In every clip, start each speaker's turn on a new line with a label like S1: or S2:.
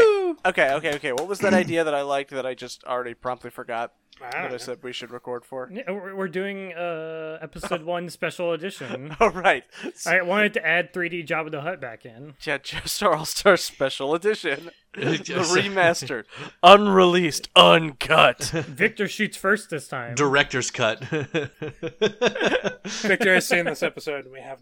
S1: Okay, okay, okay. What was that idea that I liked that I just already promptly forgot
S2: I
S1: that
S2: don't
S1: I
S2: know.
S1: said we should record for?
S3: Yeah, We're we're doing uh, episode one special edition.
S1: Oh, right.
S3: I wanted to add 3D Job of the Hut back in.
S1: Yeah, Joestar All Star Special Edition. the
S4: Yes.
S1: remastered. Unreleased. Uncut.
S3: Victor shoots first this time.
S4: Director's cut.
S2: Victor has seen this episode, and we have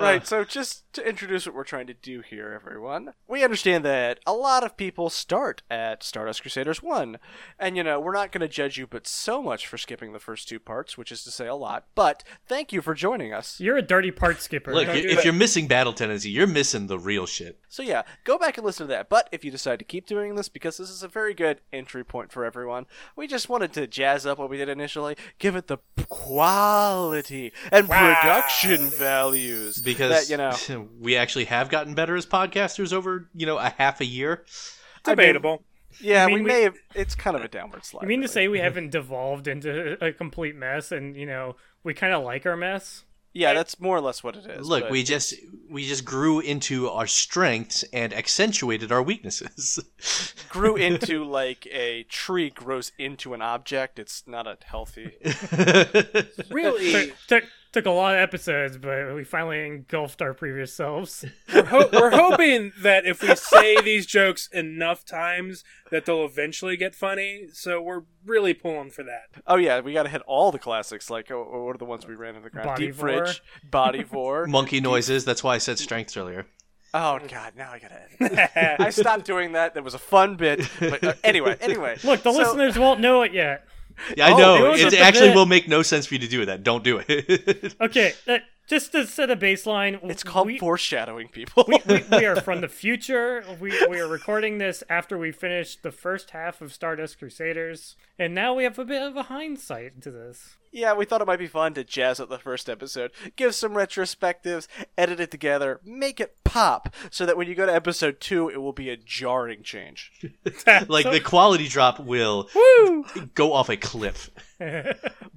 S1: right, so just to introduce what we're trying to do here, everyone, we understand that a lot of people start at Stardust Crusaders 1. And, you know, we're not going to judge you but so much for skipping the first two parts, which is to say a lot. But thank you for joining us.
S3: You're a dirty part skipper.
S4: Look,
S2: No,
S4: i-
S2: do
S4: if
S2: that.
S4: you're missing Battle Tendency, you're missing the real shit.
S1: So yeah, go back and listen to that. But if you decide to keep doing this, because this is a very good entry point for everyone, we just wanted to jazz up what we did initially, give it the quality and production values
S4: Because
S1: that you know.
S4: we actually have gotten better as podcasters over, you know, a half a year.
S2: Debatable.
S1: Yeah,
S3: mean
S1: we
S3: we-
S1: may have. It's kind of a downward slide.
S3: You mean to
S1: really.
S3: say we haven't devolved into a complete mess and, you know, we kind of like our mess?
S1: Yeah, that's more or less what it is.
S4: Look,
S1: but-
S4: we just we just grew into our strengths and accentuated our weaknesses.
S1: grew into like a tree grows into an object. It's not a healthy.
S2: Really,
S3: Took, took, took a lot of episodes, but we finally engulfed our previous selves.
S2: we're, ho- we're hoping that if we say these jokes enough times, that they'll eventually get funny. So we're really pulling for that.
S1: Oh yeah, we got to hit all the classics. Like oh, oh, what are the ones we ran in the ground?
S3: Body
S1: Deep
S3: Vor.
S1: fridge, body vor.
S4: Monkey noises. That's why I said strengths earlier.
S1: Oh
S3: Mm.
S1: god, now I gotta. I stopped doing that. That was a fun bit. But uh, anyway, anyway.
S3: Look, the
S1: So-
S3: listeners won't know it yet.
S4: Yeah, I
S1: Oh, it
S4: know.
S1: was
S4: It
S3: at the
S4: actually
S3: bit.
S4: will make no sense for you to do that. Don't do it.
S3: Okay, that, just to set a baseline,
S1: It's called
S3: we,
S1: foreshadowing, people.
S3: we, we, we are from the future. We, we are recording this after we finished the first half of Stardust Crusaders, and now we have a bit of a hindsight to this.
S1: yeah, we thought it might be fun to jazz up the first episode, give some retrospectives, edit it together, make it pop, so that when you go to episode two, it will be a jarring change.
S4: like the quality drop will go off a cliff.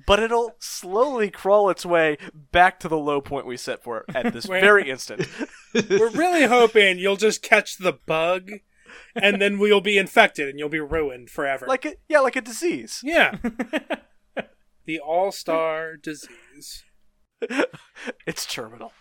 S1: But it'll slowly crawl its way back to the low point we set for it at this
S2: Wait.
S1: very instant.
S2: We're really hoping you'll just catch the bug, and then we'll be infected, and you'll be ruined forever.
S1: Like a, yeah, like a disease.
S2: yeah, the All Star disease.
S1: It's terminal.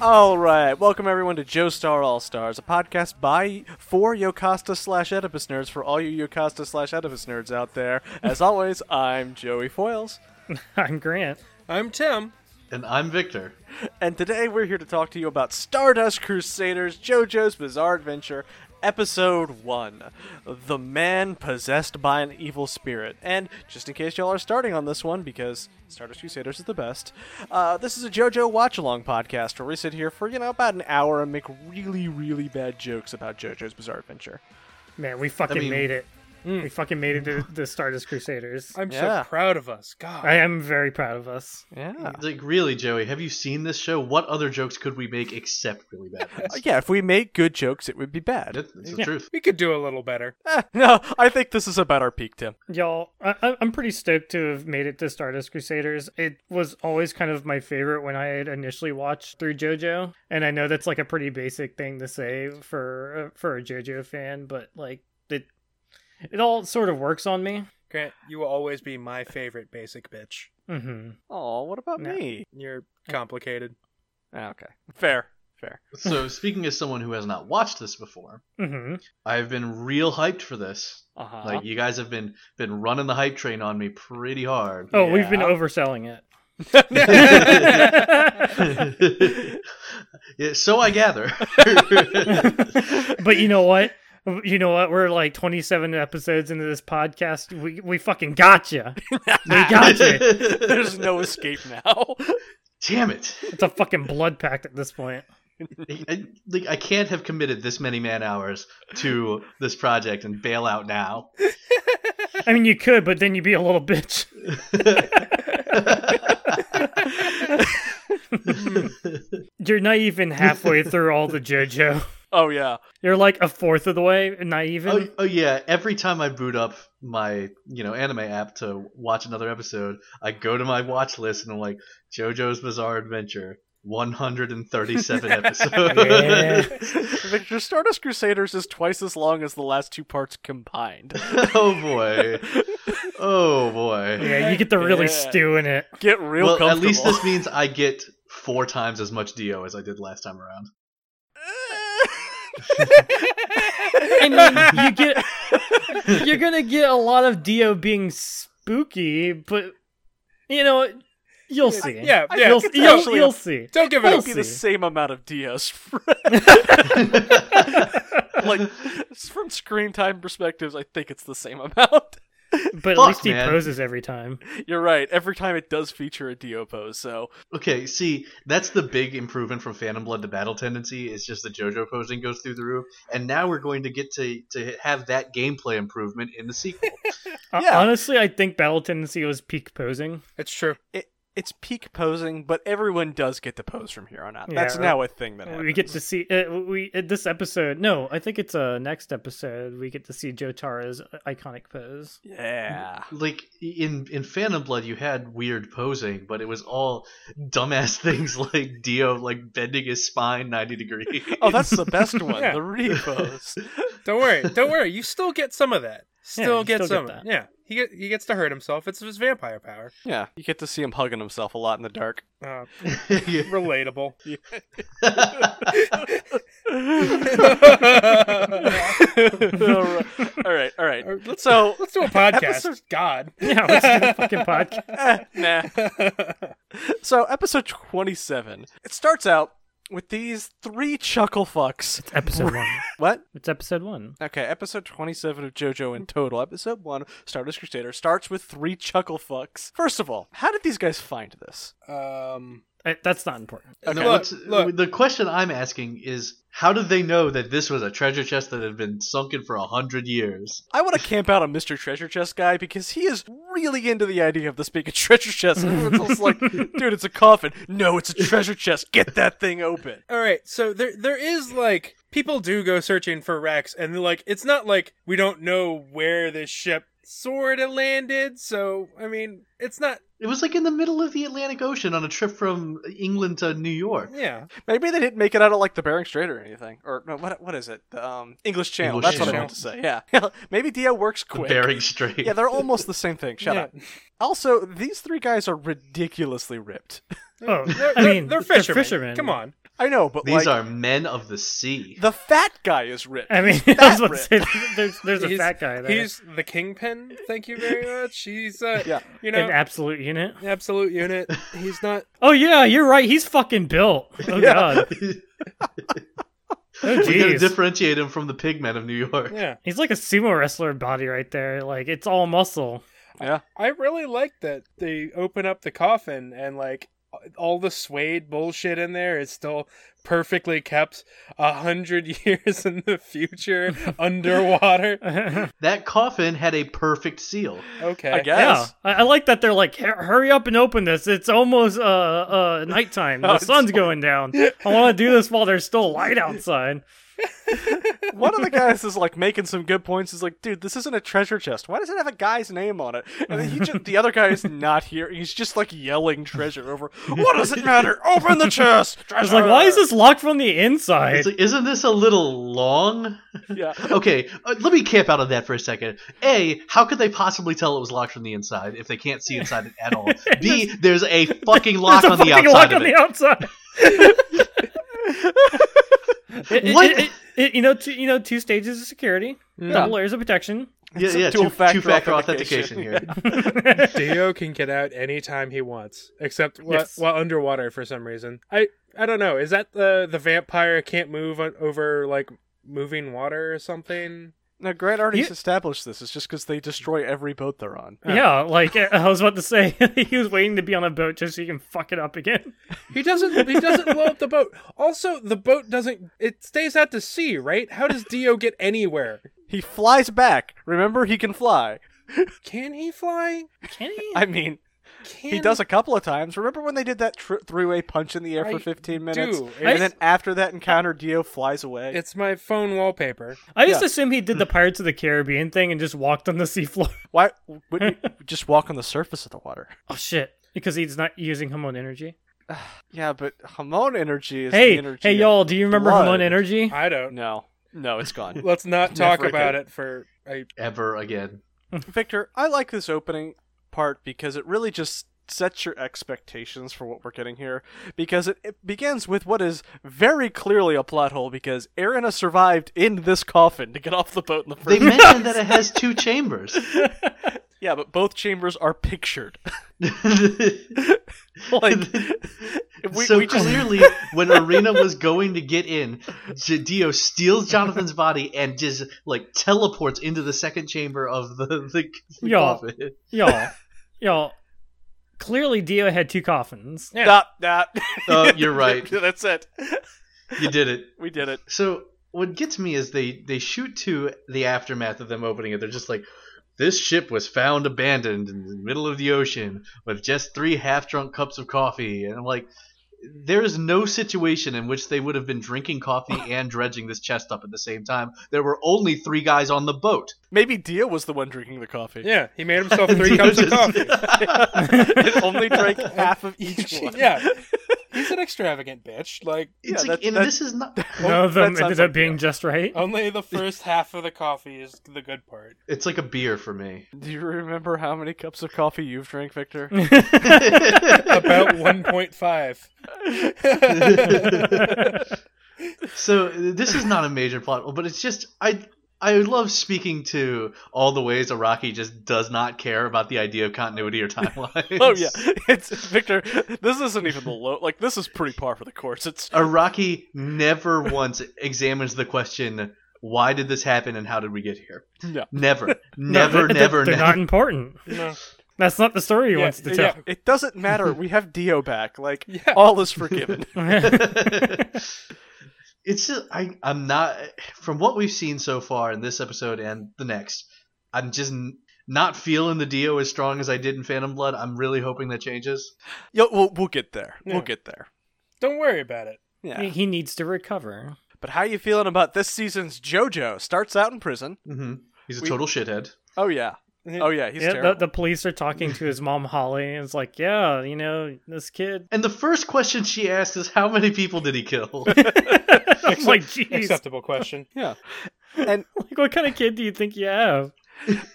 S1: All right, welcome everyone to Joe Star All Stars, a podcast by for Yocasta slash Oedipus nerds for all you Yocasta slash Oedipus nerds out there. As always, I'm Joey Foils.
S3: I'm Grant.
S2: I'm Tim.
S4: And I'm Victor.
S1: And today we're here to talk to you about Stardust Crusaders JoJo's Bizarre Adventure, Episode 1 The Man Possessed by an Evil Spirit. And just in case y'all are starting on this one, because Stardust Crusaders is the best, uh, this is a JoJo watch along podcast where we sit here for, you know, about an hour and make really, really bad jokes about JoJo's Bizarre Adventure.
S3: Man, we fucking
S4: I mean-
S3: made it.
S2: Hmm.
S3: We fucking made it to the Stardust Crusaders.
S2: I'm
S1: Yeah.
S2: so proud of us. God.
S3: I am very proud of us.
S1: Yeah.
S4: Like really, Joey, have you seen this show? What other jokes could we make except really bad ones?
S1: Uh, Yeah, if we made good jokes, it would be bad.
S4: That's the truth.
S2: we could do a little better.
S1: Eh, no, I think this is about our peak, Tim.
S3: Y'all, I, I- I'm pretty stoked to have made it to Stardust Crusaders. It was always kind of my favorite when I had initially watched through JoJo, and I know that's like a pretty basic thing to say for uh, for a JoJo fan, but like it, it all sort of works on me.
S2: Grant, you will always be my favorite basic bitch.
S3: hmm
S1: Oh, what about
S3: No.
S1: me?
S2: You're complicated.
S1: Ah, okay. Fair. Fair.
S4: So speaking as someone who has not watched this before,
S3: hmm
S4: I've been real hyped for this.
S1: Uh-huh.
S4: Like you guys have been been running the hype train on me pretty hard.
S3: Oh, we've been
S1: Yeah.
S3: overselling it.
S4: Yeah, so I gather.
S3: but you know what? You know what? We're like 27 episodes into this podcast. We we fucking got you. We got you.
S1: There's no escape now.
S4: Damn it.
S3: It's a fucking blood pact at this point.
S4: I, I- like, I can't have committed this many man hours to this project and bail out now.
S3: I mean, you could, but then you'd be a little bitch. You're not even halfway through all the JoJo.
S1: Oh yeah.
S3: You're like a fourth of the way, not even.
S4: Oh, oh yeah, every time I boot up my you know anime app to watch another episode, I go to my watch list and I'm like JoJo's Bizarre Adventure, 137 episodes.
S1: Victor Stardust Crusaders is twice as long as the last two parts combined.
S4: oh boy, oh boy.
S3: yeah, you get to really
S1: Yeah.
S3: stew in it.
S1: Get real
S4: well, at
S1: comfortable.
S4: least this means I get four times as much Dio as I did last time around.
S3: I mean, you get you're gonna get a lot of Dio being spooky, but you know you'll see.
S2: Yeah, yeah.
S3: you'll
S1: it's
S3: you'll,
S1: actually a-
S3: you'll see.
S2: Don't give it
S1: It'll
S2: up.
S1: be
S3: We'll
S1: the
S3: see.
S1: same amount of DS, like from screen time perspectives. I think it's the same amount.
S3: But
S4: Fuck,
S3: at least he
S4: man.
S3: poses every time.
S1: You're right. Every time it does feature a Dio pose, so
S4: Okay, see, that's the big improvement from Phantom Blood to Battle Tendency. It's just the JoJo posing goes through the roof, and now we're going to get to to have that gameplay improvement in the sequel.
S3: Uh,
S1: Yeah.
S3: honestly, I think Battle Tendency was peak posing.
S2: It's true.
S1: it's peak posing. But everyone does get to pose from here on out. That's
S3: Yeah.
S1: now a thing that happens.
S3: We get to see uh, we uh, this episode. No, I think it's uh, next episode. We get to see Jotara's uh, iconic pose.
S1: yeah.
S4: like in in Phantom Blood, you had weird posing, but it was all dumbass things like Dio like bending his spine ninety degrees.
S1: Oh, that's the best one.
S2: Yeah.
S1: The repose.
S2: Don't worry. Don't worry. You still get some of that. Still
S3: you
S2: get
S3: still get
S2: some. of
S3: that.
S2: it. Yeah. He get, he gets to hurt himself. It's his vampire power.
S1: Yeah, you get to see him hugging himself a lot in the dark.
S2: Uh,
S4: Yeah.
S2: relatable.
S1: all right, all right.
S2: let's
S1: So,
S2: let's do a podcast.
S1: Episode-
S2: God.
S3: Yeah, let's do the fucking podcast.
S1: eh, nah. So, episode 27. It starts out with these three chuckle fucks.
S3: Episode one.
S1: What?
S3: It's episode one.
S1: Okay, episode 27 of JoJo in total. Episode 1, Stardust Crusader, starts with three chuckle fucks. First of all, how did these guys find this?
S2: um.
S3: Uh, that's not important.
S4: No,
S1: Okay.
S4: what's-
S2: look.
S4: The question I'm asking is, how did they know that this was a treasure chest that had been sunken for a hundred years?
S1: I want to camp out on Mr. Treasure Chest guy because he is really into the idea of this being a treasure chest. And everyone's else like, dude, it's a coffin. No, it's a treasure chest. Get that thing open.
S2: All right. So there there is like people do go searching for Rex, and like it's not like we don't know where this ship sort of landed. So I mean, it's not.
S4: It was like in the middle of the Atlantic Ocean on a trip from England to New York.
S2: Yeah.
S1: Maybe they didn't make it out of like the Bering Strait or anything. Or no, what what is it? The um, English Channel.
S4: English
S1: That's what I meant to say. Yeah. Maybe Dio works
S4: The
S1: quick.
S4: Bering Strait.
S1: yeah, they're almost the same thing. Shut
S2: yeah.
S1: up. Also, these three guys are ridiculously ripped.
S3: Oh,
S2: They're,
S3: I
S2: they're-
S3: mean,
S2: they're fishermen. Come on.
S1: I know, but like
S4: These are men of the sea.
S1: the fat guy is ripped.
S3: I mean,
S1: He's
S3: I was
S1: fat
S3: about to
S1: ripped.
S3: say there's there's a
S2: He's-
S3: fat guy there.
S2: He's the kingpin. Thank you very much. He's uh,
S1: Yeah.
S2: you know,
S3: an absolute unit.
S2: absolute unit. He's not.
S3: Oh yeah, you're right. He's fucking built. Oh
S1: Yeah.
S3: god. Oh
S4: we gotta
S3: jeez.
S4: differentiate him from the pigmen of New York.
S2: Yeah,
S3: He's like a sumo wrestler body right there. Like it's all muscle.
S2: I really like that they open up the coffin and like all the suede bullshit in there is still perfectly kept a hundred years in the future underwater.
S3: yeah,
S4: That coffin had a perfect seal.
S2: Okay,
S1: I guess.
S3: I, I like that they're like, "Hur- hurry up and open this. It's almost uh uh nighttime.
S1: Oh,
S3: The
S1: it's
S3: sun's going down. I want to do this while there's still light outside.
S1: One of the guys is like making some good points. He's like, dude, this isn't a treasure chest. Why does it have a guy's name on it? And then he just, the other guy is not here. He's just like yelling treasure over. What does it matter? Open the chest.
S3: I was
S1: Treasure.
S3: like, why is this locked from the inside?
S4: It's like, isn't this a little long?
S1: Yeah.
S4: Okay, uh, let me camp out on that for a second. A, how could they possibly tell it was locked from the inside if they can't see inside it at all? B, there's a fucking lock
S3: there's
S4: on
S3: a
S4: the
S3: fucking
S4: outside
S3: lock
S4: of
S3: on
S4: it.
S3: the outside. It- it-
S4: What?
S3: it- it- you know, two, you know, two stages of security, double layers of protection.
S4: Yeah,
S1: It's a
S4: yeah, two-
S1: dual-factor
S4: two-factor
S1: authentication.
S4: authentication here.
S2: Dio can get out anytime he wants, except wh-
S3: Yes.
S2: while underwater for some reason. I I don't know. Is that the the vampire can't move o- over like moving water or something?
S1: Now, Grant already
S3: You-
S1: established this. It's just because they destroy every boat they're on.
S3: Yeah, like uh, I was about to say, he was waiting to be on a boat just so he can fuck it up again.
S2: He doesn't. He doesn't blow up the boat. Also, the boat doesn't. It stays out to sea, right? How does Dio get anywhere?
S1: He flies back. Remember, he can fly.
S2: Can he fly?
S3: Can he?
S1: I mean, He does a couple of times. Remember when they did that tr- three-way punch in the air
S2: I
S1: for 15 minutes,
S2: do.
S1: and
S2: It's-
S1: then after that encounter, Dio flies away.
S2: It's my phone wallpaper.
S3: I just
S1: Yeah.
S3: assume he did the Pirates of the Caribbean thing and just walked on the seafloor.
S1: Why wouldn't you just walk on the surface of the water?
S3: Oh shit! Because he's not using Hamon energy.
S1: Yeah, but Hamon energy is the
S3: Hey,
S1: energy.
S3: hey
S1: of-
S3: y'all! Do you remember
S1: blood.
S3: Hamon energy?
S2: I don't.
S1: No, no, it's gone.
S2: Let's not talk
S1: Never
S2: about
S1: again.
S2: it for. I,
S4: ever again.
S1: Victor, I like this opening part because it really just sets your expectations for what we're getting here because it, it begins with what is very clearly a plot hole because Erina survived in this coffin to get off the boat in the
S4: They
S1: first
S4: mentioned that it has two chambers.
S1: yeah but both chambers are pictured like if we,
S4: so
S1: we just
S4: clearly, when Arena was going to get in, J- Dio steals Jonathan's body and just like teleports into the second chamber of the, the, the
S3: Yeah.
S4: coffin.
S3: y'all, y'all. Clearly, Dio had two coffins.
S2: Yeah.
S1: Nah, nah.
S4: Oh, you're right.
S1: that's it
S4: You did it.
S1: we did it
S4: So what gets me is they they shoot to the aftermath of them opening it. They're just like, this ship was found abandoned in the middle of the ocean with just three half drunk cups of coffee, and I'm like. There is no situation in which they would have been drinking coffee and dredging this chest up at the same time. There were only three guys on the boat.
S1: maybe Dio was the one drinking the coffee
S2: yeah, he made himself three cups of coffee.
S1: and only drank half of each one
S2: yeah, he's an extravagant bitch. Like
S4: It's
S1: Yeah,
S4: like,
S1: that-
S4: and
S1: that-
S4: this is not.
S3: None of them
S1: that sounds
S3: ended up
S1: like
S3: being
S1: Dio. Oh.
S3: just right.
S2: only the first half of the coffee is the good part.
S4: It's like a beer for me.
S1: do you remember how many cups of coffee you've drank Victor
S2: About one point five.
S4: so this is not a major plot hole, but it's just I I love speaking to all the ways Araki just does not care about the idea of continuity or timeline.
S1: Oh yeah, it's Victor. This isn't even the low. Like this is pretty par for the course. It's
S4: Araki never once examines the question, why did this happen and how did we get here?
S1: No.
S4: Never.
S3: No,
S4: Never,
S3: they're-
S4: never,
S3: They're
S4: never.
S3: not important.
S2: No.
S3: That's not the story he
S2: Yeah,
S3: wants to
S2: yeah.
S3: tell.
S1: it doesn't matter. We have Dio back. Like
S2: Yeah.
S1: all is forgiven.
S4: it's just I I'm not from what we've seen so far in this episode and the next. I'm just n- not feeling the Dio as strong as I did in Phantom Blood. I'm really hoping that changes.
S1: Yo, we'll we'll get there.
S2: Yeah.
S1: We'll get there.
S2: Don't worry about it.
S1: Yeah.
S3: He- He needs to recover.
S1: But how you feeling about this season's JoJo? Starts out in prison.
S4: Mm-hmm. He's a
S1: We-
S4: total shithead.
S1: Oh yeah. Oh yeah. He's
S3: Yeah, the,
S1: terrible.
S3: the police are talking to his mom Holly, and it's like, yeah, you know, this kid.
S4: And the first question she asks is, "How many people did he kill?"
S3: I'm like, jeez, like
S2: Acceptable question.
S1: yeah.
S3: what kind of kid do you think you have?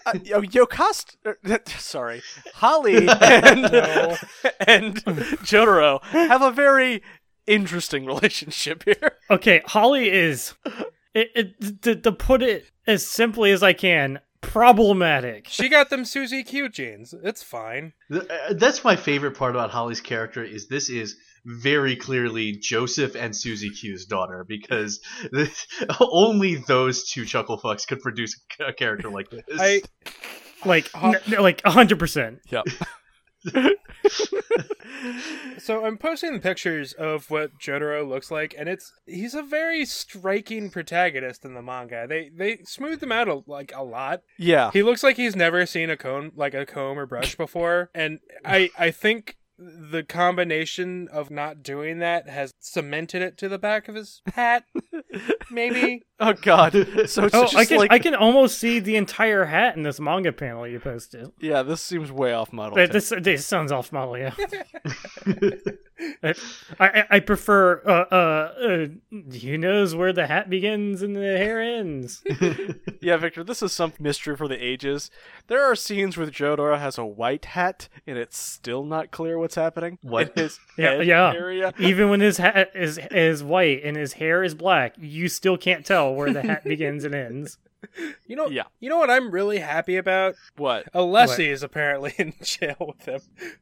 S1: Uh, yo, Yokost. er, Sorry, Holly and
S2: No.
S1: and Jotaro have a very interesting relationship here.
S3: Okay, Holly is, it, it, to, to put it as simply as I can, problematic.
S2: She got them Susie Q jeans. It's fine.
S4: Th- uh, That's my favorite part about Holly's character is this is very clearly Joseph and Susie Q's daughter because this, only those two chuckle fucks could produce a character like this.
S2: I
S3: Like, n- n- like hundred percent.
S1: Yep.
S2: so I'm posting the pictures of what Jotaro looks like, and it's he's a very striking protagonist in the manga. They they smoothed him out a, like a lot.
S1: Yeah.
S2: He looks like he's never seen a comb like a comb or brush before, and I I think the combination of not doing that has cemented it to the back of his hat. Maybe
S1: Oh God. So it's
S3: Oh,
S1: just
S3: I can,
S1: like
S3: I can almost see the entire hat in this manga panel you posted.
S1: yeah. This seems way off model.
S3: Th-
S1: to
S3: This, this sounds off model, yeah. I, I, I prefer. Uh, uh, uh, who knows where the hat begins and the hair ends?
S1: Yeah, Victor, this is some mystery for the ages. There are scenes where Jodora has a white hat, and it's still not clear what's happening
S4: What?
S1: in his
S3: Yeah,
S1: head
S3: yeah.
S1: area.
S3: Even when his hat is is white and his hair is black, you still can't tell where the hat begins and ends.
S2: you know.
S1: Yeah.
S2: You know what I'm really happy about?
S1: What?
S2: Alessi is apparently in jail with him.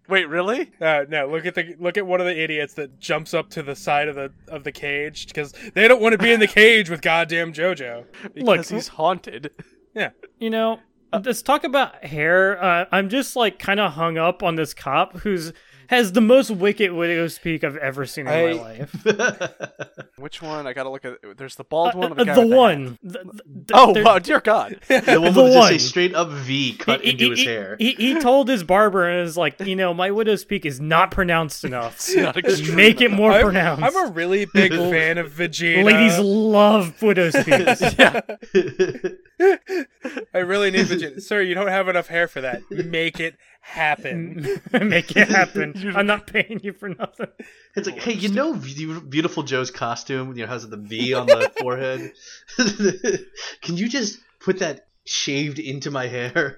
S1: Wait, really?
S2: Uh, no, look at the look at one of the idiots that jumps up to the side of the of the cage because they don't want to be in the cage with goddamn JoJo.
S1: Because
S3: Look-
S1: he's haunted.
S3: You know, let's talk about hair. Uh, I'm just like kind of hung up on this cop who's has the most wicked widow's peak I've ever seen in
S2: I-
S3: my life.
S1: Which one? I gotta look at. There's the bald one. Or
S3: Uh,
S1: the guy
S3: the
S1: with the hat?
S3: one. The, the-
S1: Oh
S3: there-
S1: wow, dear God!
S4: the one
S3: The
S4: with just a
S3: one.
S4: straight up V cut
S3: he-
S4: into
S3: he-
S4: his
S3: he-
S4: hair.
S3: He, he told his barber and is like, you know, my widow's peak is not pronounced enough.
S1: It's not extreme
S3: Make it
S1: enough.
S3: more
S2: I'm,
S3: pronounced.
S2: I'm a really big fan of Vegeta.
S3: Ladies love widow's peaks.
S2: I really need Vegeta. Sir, you don't have enough hair for that. Make it happen.
S3: Make it happen. I'm not paying you for nothing.
S4: it's like, hey, you know, Be- beautiful Joe's costume, you know, has the V on the forehead. Can you just put that shaved into my hair?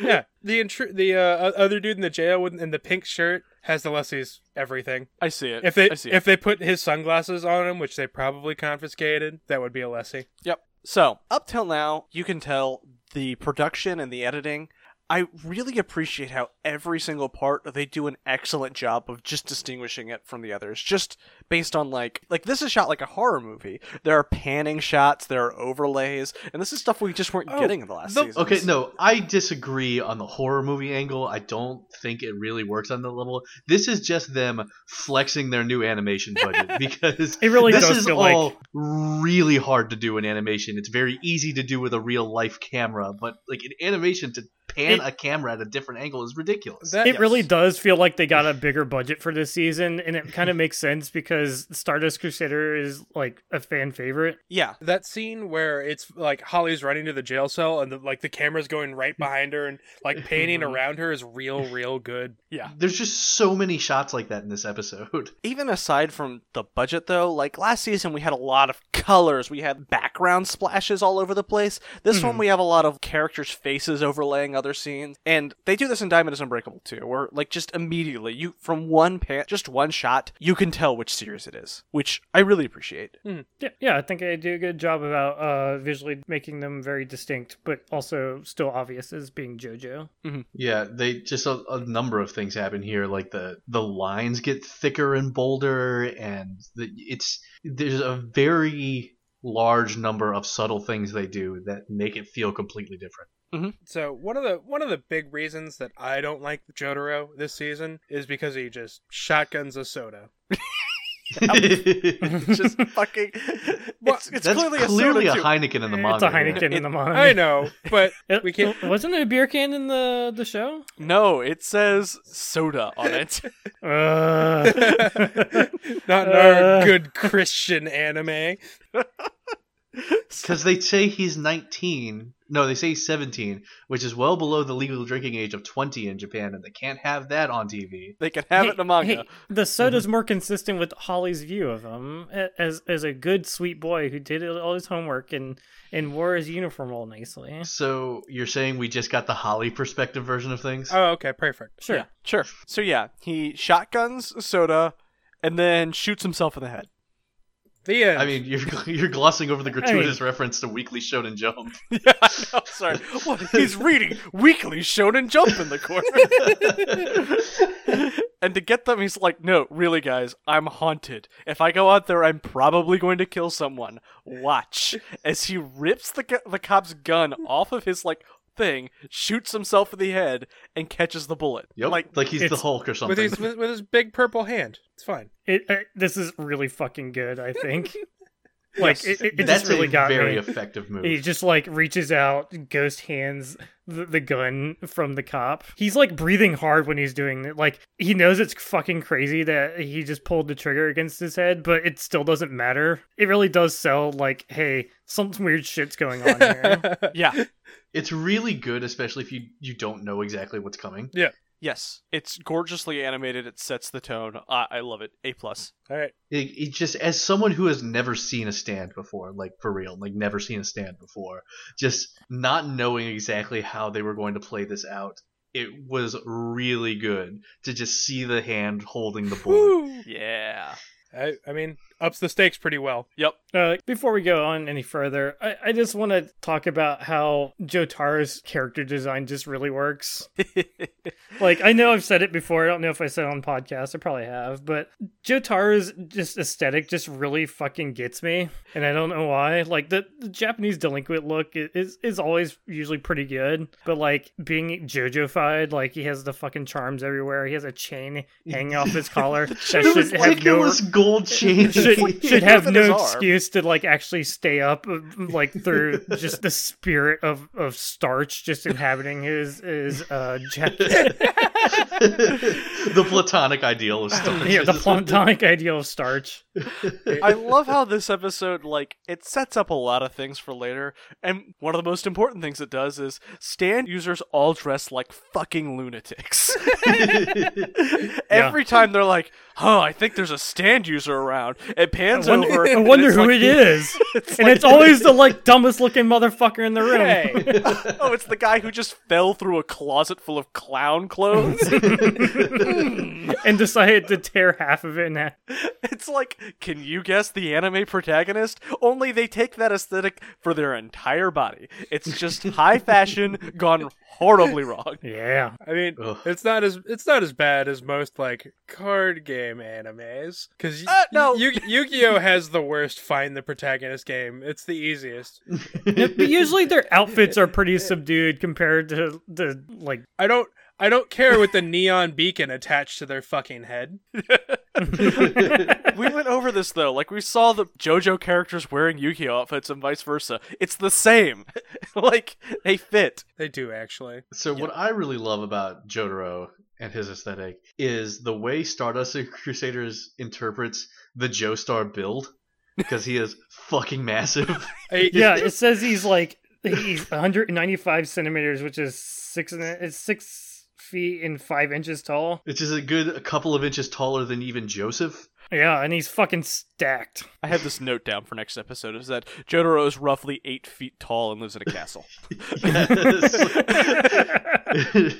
S2: yeah. The intru- the uh, o- other dude in the jail with in the pink shirt has the Leslie's everything.
S1: I see it.
S2: If they
S1: I see it.
S2: if they put his sunglasses on him, which they probably confiscated, that would be a Lessie.
S1: Yep. So, up till now, you can tell the production and the editing. I really appreciate how every single part they do an excellent job of just distinguishing it from the others, just based on like like this is shot like a horror movie. There are panning shots, there are overlays, and this is stuff we just weren't
S2: Oh,
S1: getting in the last
S2: the-
S1: season.
S4: okay, no, I disagree on the horror movie angle. I don't think it really works on that level. This is just them flexing their new animation budget because
S3: It really
S4: this
S3: does
S4: is
S3: feel
S4: all
S3: like
S4: really hard to do in animation. It's very easy to do with a real life camera, but like in animation to pan
S3: It-
S4: a camera at a different angle is ridiculous.
S2: That-
S3: it really does feel like they got a bigger budget for this season, and it kind of makes sense because Stardust Crusader is like a fan favorite.
S1: Yeah.
S2: That scene where it's like Holly's running to the jail cell and the, like the camera's going
S3: Mm.
S2: right behind her and like painting
S3: Mm-hmm.
S2: around her is real, real good.
S4: There's just so many shots like that in this episode.
S1: Even aside from the budget though, like last season we had a lot of colors, we had background splashes all over the place. This one we have a lot of characters' faces overlaying other scenes, and they do this in Diamond is Unbreakable too, where like just immediately you from one pan, just one shot, you can tell which series it is, which I really appreciate.
S3: Yeah, yeah, I think they do a good job about uh, visually making them very distinct, but also still obvious as being JoJo.
S4: Yeah, they just a, a number of things happen here. Like the the lines get thicker and bolder, and the, it's there's a very large number of subtle things they do that make it feel completely different.
S2: So one of the one of the big reasons that I don't like Jotaro this season is because he just shotguns a soda.
S1: It's just fucking
S2: Well,
S1: it's, it's
S4: That's
S1: clearly,
S4: clearly, a,
S1: soda too.
S4: Heineken in the manga.
S3: It's a
S4: yeah.
S3: Heineken in the manga.
S2: I know, but
S3: It-
S2: we can't.
S3: Wasn't it a beer can in the the show?
S1: No, it says soda on it.
S3: Uh.
S2: Not in
S3: Uh.
S2: our good Christian anime.
S4: Because they say he's 19. No, they say he's 17, which is well below the legal drinking age of 20 in Japan, and they can't have that on TV.
S1: they can have
S3: Hey,
S1: it in the manga.
S3: hey, the soda's more consistent with Holly's view of him a- as as a good sweet boy who did all his homework and and wore his uniform all nicely.
S4: So you're saying we just got the Holly perspective version of things?
S2: Oh, okay, perfect.
S3: Sure.
S1: Yeah, sure. So yeah, he shotguns soda and then shoots himself in the head.
S2: The end.
S4: I mean, you're you're glossing over the gratuitous reference to Weekly Shonen Jump.
S1: yeah, I know. Sorry. What? He's reading Weekly Shonen Jump in the corner. and to get them, he's like, no, really, guys, I'm haunted. If I go out there, I'm probably going to kill someone. Watch. As he rips the, gu- the cop's gun off of his, like, thing, shoots himself in the head, and catches the bullet.
S4: Yep,
S1: Like,
S4: like, he's the
S3: it's-
S4: Hulk or something.
S2: with his with, with his big purple hand, it's fine.
S3: It, uh, this is really fucking good. I think. Like it, it, it
S4: That's
S3: just really
S4: a
S3: got
S4: very
S3: me.
S4: effective move.
S3: He just like reaches out, ghost hands the, the gun from the cop. He's like breathing hard when he's doing it. Like he knows it's fucking crazy that he just pulled the trigger against his head, but it still doesn't matter. It really does sell like, hey, some weird shit's going on here.
S1: yeah.
S4: It's really good, especially if you you don't know exactly what's coming.
S1: Yes. It's gorgeously animated. It sets the tone. I, I love it. A plus.
S2: All right.
S4: It, it just as someone who has never seen a stand before, like for real, like never seen a stand before, just not knowing exactly how they were going to play this out. It was really good to just see the hand holding the bullet.
S2: Woo.
S1: Yeah.
S2: I, I mean, ups the stakes pretty well.
S1: Yep.
S3: Uh, before we go on any further, I, I just want to talk about how Jotaro's character design just really works. like, I know I've said it before. I don't know if I said it on podcast. I probably have, but Jotaro's just aesthetic just really fucking gets me, and I don't know why. Like the, the Japanese delinquent look i- is is always usually pretty good, but like being JoJo-fied, like he has the fucking charms everywhere. He has a chain hanging off his collar. that
S4: It was
S3: should have no-
S4: ridiculous gold chain.
S3: should, should have
S1: Within his
S3: no
S1: arm.
S3: excuse to like actually stay up uh, like through just the spirit of of starch just inhabiting his his uh jacket
S4: the platonic ideal of stuff.
S3: yeah the platonic ideal of starch
S1: I love how this episode like it sets up a lot of things for later, and one of the most important things it does is stand users all dress like fucking lunatics. Every time they're like, "Oh, I think there's a stand user around," it pans
S3: I wonder-
S1: over.
S3: i
S1: and
S3: wonder
S1: it's
S3: who
S1: like,
S3: it is and it's always the like dumbest looking motherfucker in the room
S1: Hey. oh, it's the guy who just fell through a closet full of clown clothes.
S3: and decided to tear half of it in half
S1: It's like, can you guess the anime protagonist? Only they take that aesthetic for their entire body. It's just high fashion gone horribly wrong.
S3: yeah
S2: I mean,
S4: Ugh.
S2: it's not as it's not as bad as most like card game animes because
S1: Uh, no.
S2: Yu Yu Gi Oh has the worst find the protagonist game. It's the easiest.
S3: but usually their outfits are pretty subdued compared to the like
S2: I don't I don't care with the neon beacon attached to their fucking head.
S1: We went over this though. Like we saw the JoJo characters wearing Yu-Gi-Oh outfits and vice versa. It's the same. like they fit.
S2: They do actually.
S4: So what I really love about Jotaro and his aesthetic is the way Stardust Crusaders interprets the Joestar build because he is fucking massive.
S2: I-
S3: yeah, it says he's like he's 195 centimeters, which is six and it's six feet and five inches tall.
S4: It's just a good a couple of inches taller than even Joseph.
S3: Yeah, and he's fucking stacked.
S1: I have this note down for next episode is that Jotaro is roughly eight feet tall and lives in a castle.
S4: Yes.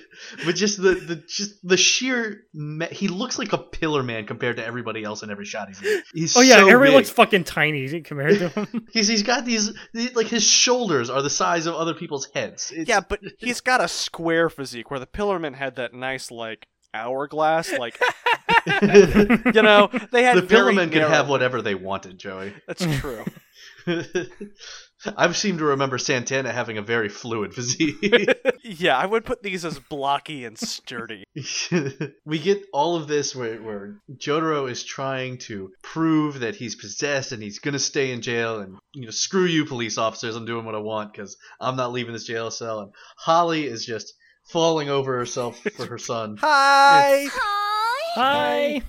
S4: but just the, the just the sheer ma- he looks like a pillar man compared to everybody else in every shot he's in. He's
S3: Oh yeah,
S4: so
S3: everybody
S4: big.
S3: looks fucking tiny compared to him.
S4: He's, he's got these, these like his shoulders are the size of other people's heads. It's,
S1: yeah, but he's got a square physique where the Pillarman had that nice like hourglass. Like you know, they had
S4: the
S1: very
S4: Pillarmen could
S1: narrow-
S4: have whatever they wanted, Joey.
S1: That's true.
S4: I seem to remember Santana having a very fluid physique.
S1: yeah, I would put these as blocky and sturdy.
S4: we get all of this where, where Jotaro is trying to prove that he's possessed and he's gonna stay in jail and you know screw you police officers I'm doing what I want because I'm not leaving this jail cell and Holly is just falling over herself for her son.
S1: Hi.
S3: Hi.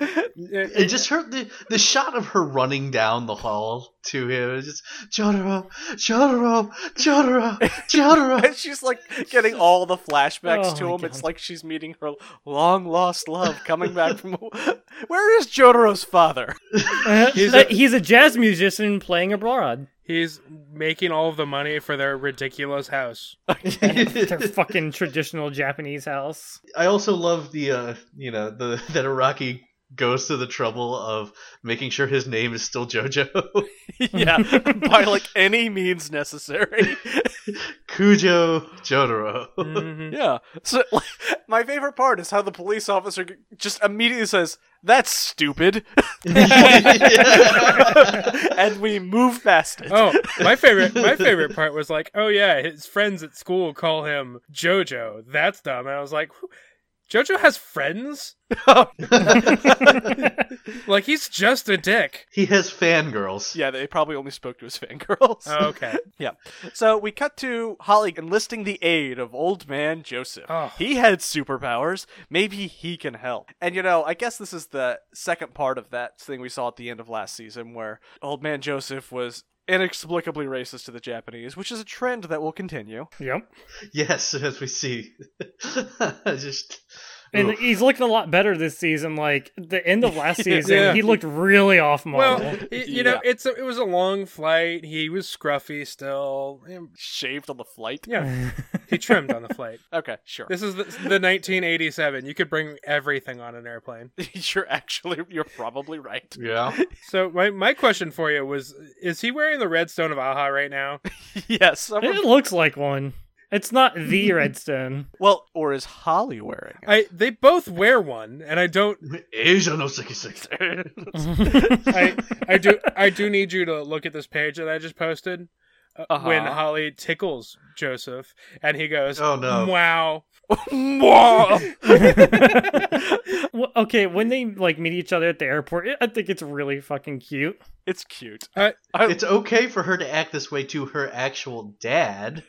S4: And just her the, the shot of her running down the hall to him is just Jotaro, Jotaro, Jotaro, Jotaro.
S1: And she's like getting all the flashbacks
S3: Oh
S1: to
S3: my
S1: him. It's
S3: God.
S1: like she's meeting her long lost love coming back from. Where is Jotaro's father?
S3: Uh,
S4: He's
S3: he's,
S4: a-
S3: a, jazz musician playing abroad.
S2: He's making all of the money for their ridiculous house.
S3: Their fucking traditional Japanese house.
S4: I also love the uh, you know the that Iraqi goes to the trouble of making sure his name is still Jojo.
S1: yeah, by like any means necessary.
S4: Cujo Jotaro.
S2: Mm-hmm.
S1: yeah. So like, my favorite part is how the police officer g- just immediately says, "That's stupid," and we move past it.
S2: Oh, my favorite my favorite part was like, oh yeah, his friends at school call him Jojo. That's dumb. And I was like, who- Jojo has friends? Like he's just a dick.
S4: he has fangirls.
S1: Yeah, they probably only spoke to his fangirls.
S2: Oh, okay.
S1: Yeah. So we cut to Holly enlisting the aid of old man Joseph.
S2: Oh.
S1: He had superpowers. Maybe he can help. And you know, I guess this is the second part of that thing we saw at the end of last season where old man Joseph was inexplicably racist to the Japanese, which is a trend that will continue.
S3: Yep.
S4: Yes, as we see. Just
S3: And
S4: Oof.
S3: he's looked a lot better this season. Like the end of last season,
S2: Yeah.
S3: he looked really off model.
S2: Well, y- you know, it's a, it was a long flight. He was scruffy still.
S1: Shaved on the flight.
S2: Yeah, he trimmed on the flight.
S1: Okay, sure.
S2: This is the, the 1987. You could bring everything on an airplane.
S1: you're actually, you're probably right.
S4: Yeah.
S2: So my my question for you was: Is he wearing the redstone of Aha right now?
S1: yes. I'm-
S3: it looks like one. It's not the redstone.
S1: well, or is Holly wearing it?
S2: I they both wear one, and I don't.
S4: Asia no 66.
S2: I I do I do need you to look at this page that I just posted. uh, When
S1: Uh-huh.
S2: Holly tickles Joseph, and he goes,
S4: Oh, no.
S2: wow!"
S1: Mwah!
S3: Well, okay, when they like meet each other at the airport, I think it's really fucking cute.
S1: it's cute.
S2: Uh,
S1: I-
S4: It's okay for her to act this way to her actual dad.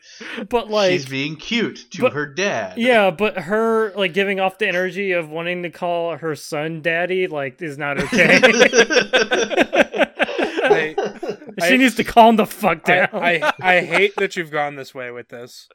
S3: But like
S4: She's being cute to
S3: but-
S4: her dad.
S3: Yeah, but her like giving off the energy of wanting to call her son daddy like is not okay.
S2: I,
S3: she
S2: I-
S3: needs to calm the fuck
S2: I,
S3: down. I,
S2: I I hate that you've gone this way with this.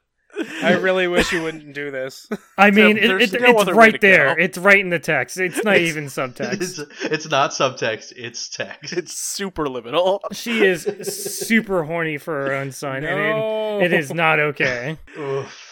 S2: I really wish you wouldn't do this.
S3: mean, it,
S1: There's
S3: it-
S1: no
S3: it's
S1: other way
S3: right
S1: to
S3: there.
S1: go.
S3: It's right in the text. It's not
S4: It's-
S3: even subtext.
S4: It's, it's not subtext, it's text.
S1: It's super liminal.
S3: She is super horny for her own son, and
S2: No,
S3: it, it is not okay.
S4: Oof.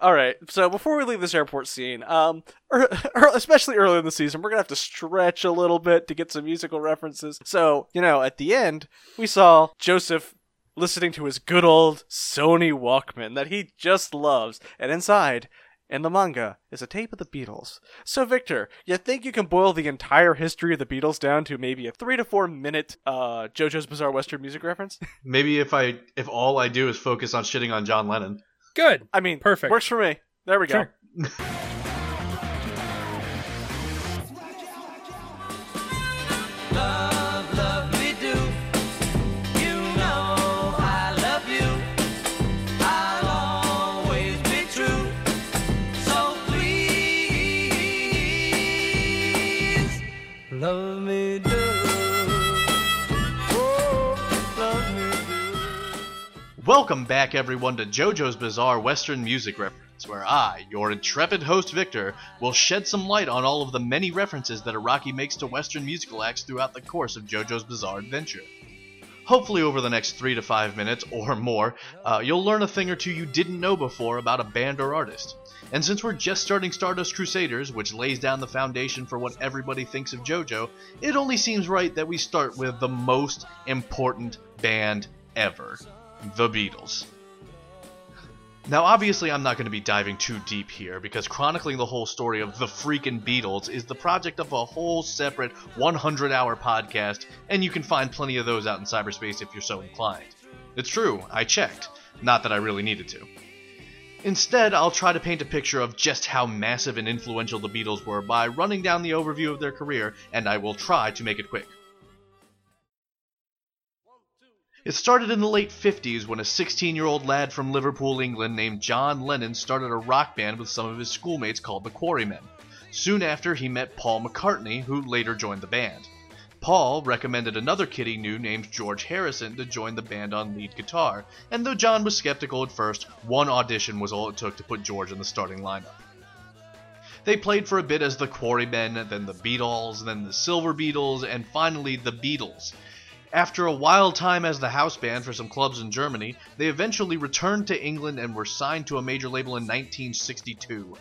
S1: All right. So before we leave this airport scene, um, er, er- especially early in the season, we're gonna have to stretch a little bit to get some musical references. So you know, at the end, we saw Joseph listening to his good old Sony Walkman that he just loves, and inside. In the manga is a tape of the Beatles. So Victor, you think you can boil the entire history of the Beatles down to maybe a three to four minute uh, JoJo's Bizarre Western music reference?
S4: Maybe if I if all I do is focus on shitting on John Lennon.
S2: good.
S1: I mean,
S2: Perfect.
S1: Works for me. There we go.
S3: Sure.
S5: Love, love me do. You know I love you. I'll always be true. So please, love me do. Oh, love me do.
S4: Welcome back everyone to JoJo's Bizarre Western Music Reference, where I, your intrepid host Victor, will shed some light on all of the many references that Iraqi makes to Western musical acts throughout the course of JoJo's Bizarre Adventure. Hopefully, over the next three to five minutes or more, uh, you'll learn a thing or two you didn't know before about a band or artist. And since we're just starting Stardust Crusaders, which lays down the foundation for what everybody thinks of JoJo, it only seems right that we start with the most important band ever the Beatles. Now, obviously, I'm not going to be diving too deep here because chronicling the whole story of the freaking Beatles is the project of a whole separate 100 hour podcast, and you can find plenty of those out in cyberspace if you're so inclined. It's true, I checked. Not that I really needed to. Instead, I'll try to paint a picture of just how massive and influential the Beatles were by running down the overview of their career, and I will try to make it quick. It started in the late 50s when a 16 year old lad from Liverpool, England, named John Lennon started a rock band with some of his schoolmates called the Quarrymen. Soon after, he met Paul McCartney, who later joined the band. Paul recommended another kid he knew named George Harrison to join the band on lead guitar, and though John was skeptical at first, one audition was all it took to put George in the starting lineup. They played for a bit as the Quarrymen, then the Beatles, then the Silver Beatles, and finally the Beatles. After a wild time as the house band for some clubs in Germany, they eventually returned to England and were signed to a major label in 1962.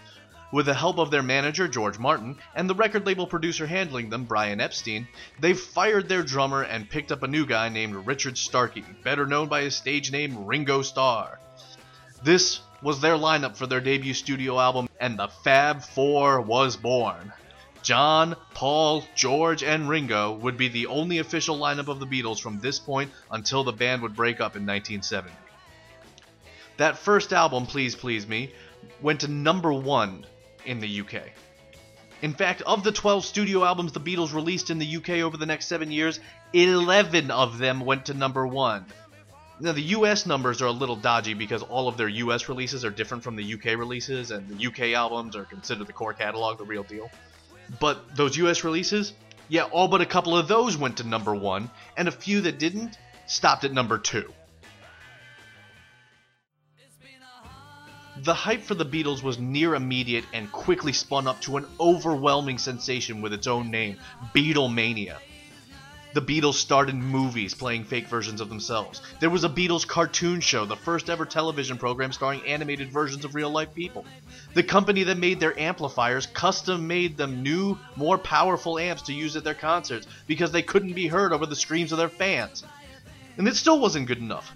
S4: With the help of their manager, George Martin, and the record label producer handling them, Brian Epstein, they fired their drummer and picked up a new guy named Richard Starkey, better known by his stage name Ringo Starr. This was their lineup for their debut studio album, and the Fab Four was born. John, Paul, George, and Ringo would be the only official lineup of the Beatles from this point until the band would break up in 1970. That first album, Please Please Me, went to number one in the UK. In fact, of the 12 studio albums the Beatles released in the UK over the next seven years, 11 of them went to number one. Now, the US numbers are a little dodgy because all of their US releases are different from the UK releases, and the UK albums are considered the core catalog, the real deal. But those US releases, yeah, all but a couple of those went to number one, and a few that didn't stopped at number two. The hype for the Beatles was near immediate and quickly spun up to an overwhelming sensation with its own name, Beatlemania. The Beatles started movies playing fake versions of themselves. There was a Beatles cartoon show, the first ever television program starring animated versions of real life people. The company that made their amplifiers custom made them new, more powerful amps to use at their concerts because they couldn't be heard over the screams of their fans. And it still wasn't good enough.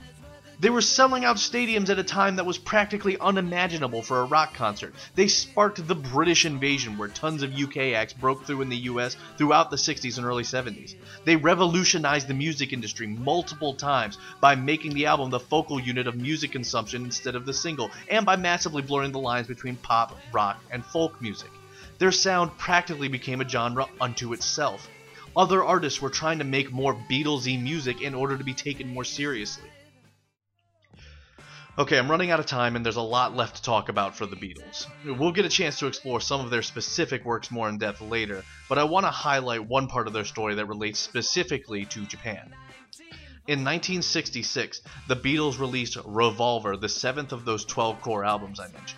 S4: They were selling out stadiums at a time that was practically unimaginable for a rock concert. They sparked the British invasion, where tons of UK acts broke through in the US throughout the 60s and early 70s. They revolutionized the music industry multiple times by making the album the focal unit of music consumption instead of the single, and by massively blurring the lines between pop, rock, and folk music. Their sound practically became a genre unto itself. Other artists were trying to make more Beatlesy music in order to be taken more seriously. Okay, I'm running out of time, and there's a lot left to talk about for the Beatles. We'll get a chance to explore some of their specific works more in depth later, but I want to highlight one part of their story that relates specifically to Japan. In 1966, the Beatles released Revolver, the seventh of those 12 core albums I mentioned.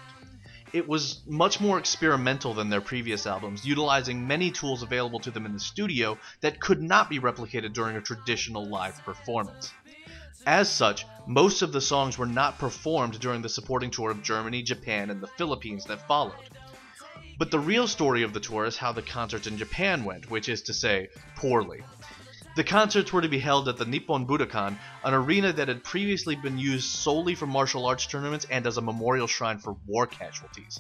S4: It was much more experimental than their previous albums, utilizing many tools available to them in the studio that could not be replicated during a traditional live performance. As such, most of the songs were not performed during the supporting tour of Germany, Japan, and the Philippines that followed. But the real story of the tour is how the concerts in Japan went, which is to say, poorly. The concerts were to be held at the Nippon Budokan, an arena that had previously been used solely for martial arts tournaments and as a memorial shrine for war casualties.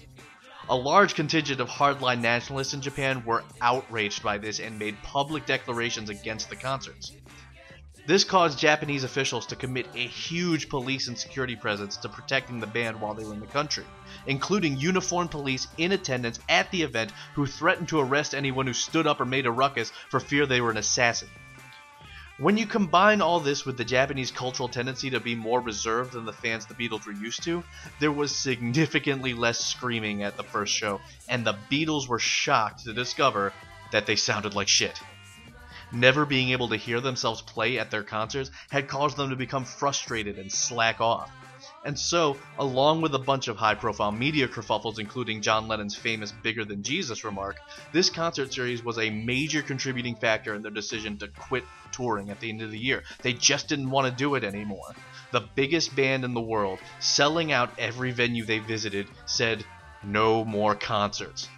S4: A large contingent of hardline nationalists in Japan were outraged by this and made public declarations against the concerts. This caused Japanese officials to commit a huge police and security presence to protecting the band while they were in the country, including uniformed police in attendance at the event who threatened to arrest anyone who stood up or made a ruckus for fear they were an assassin. When you combine all this with the Japanese cultural tendency to be more reserved than the fans the Beatles were used to, there was significantly less screaming at the first show, and the Beatles were shocked to discover that they sounded like shit. Never being able to hear themselves play at their concerts had caused them to become frustrated and slack off. And so, along with a bunch of high profile media kerfuffles, including John Lennon's famous Bigger Than Jesus remark, this concert series was a major contributing factor in their decision to quit touring at the end of the year. They just didn't want to do it anymore. The biggest band in the world, selling out every venue they visited, said, No more concerts.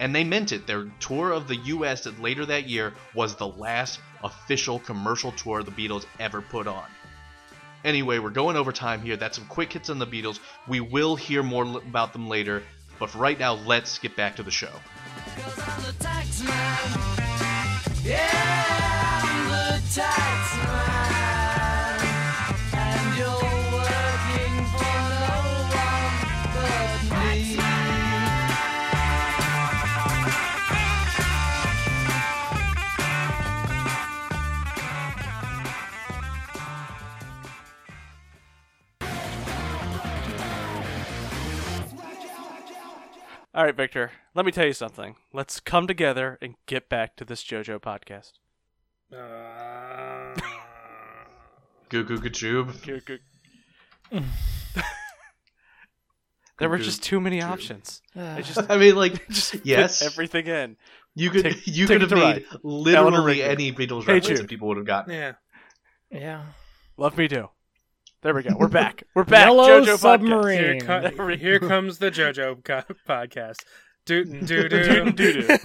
S4: And they meant it. Their tour of the U.S. later that year was the last official commercial tour the Beatles ever put on. Anyway, we're going over time here. That's some quick hits on the Beatles. We will hear more l- about them later, but for right now, let's get back to the show.
S5: Cause I'm the tax man. Yeah, I'm the tax man. And you're working for no one but me.
S1: All right, Victor, let me tell you something. Let's come together and get back to this JoJo podcast.
S2: Uh,
S4: Goo goo goo tube.
S1: There were
S4: Good
S1: just too many options.
S3: Uh,
S1: I just
S4: I mean, like,
S1: just
S4: yes,
S1: put everything in.
S4: you could
S1: take-
S4: you
S1: take
S4: could have
S1: it to
S4: made
S1: Eleanor
S4: literally
S1: Rigby.
S4: any Beatles
S1: Hey,
S4: reference
S1: Jude.
S4: and people would have gotten. it.
S2: yeah.
S3: Yeah.
S1: Love me do. There we go. We're back. We're back.
S3: Yellow
S1: JoJo podcast.
S3: Submarine.
S2: Here, co-
S1: There we
S2: here comes the JoJo co- podcast. Do do
S1: Doo-
S2: do
S1: doo-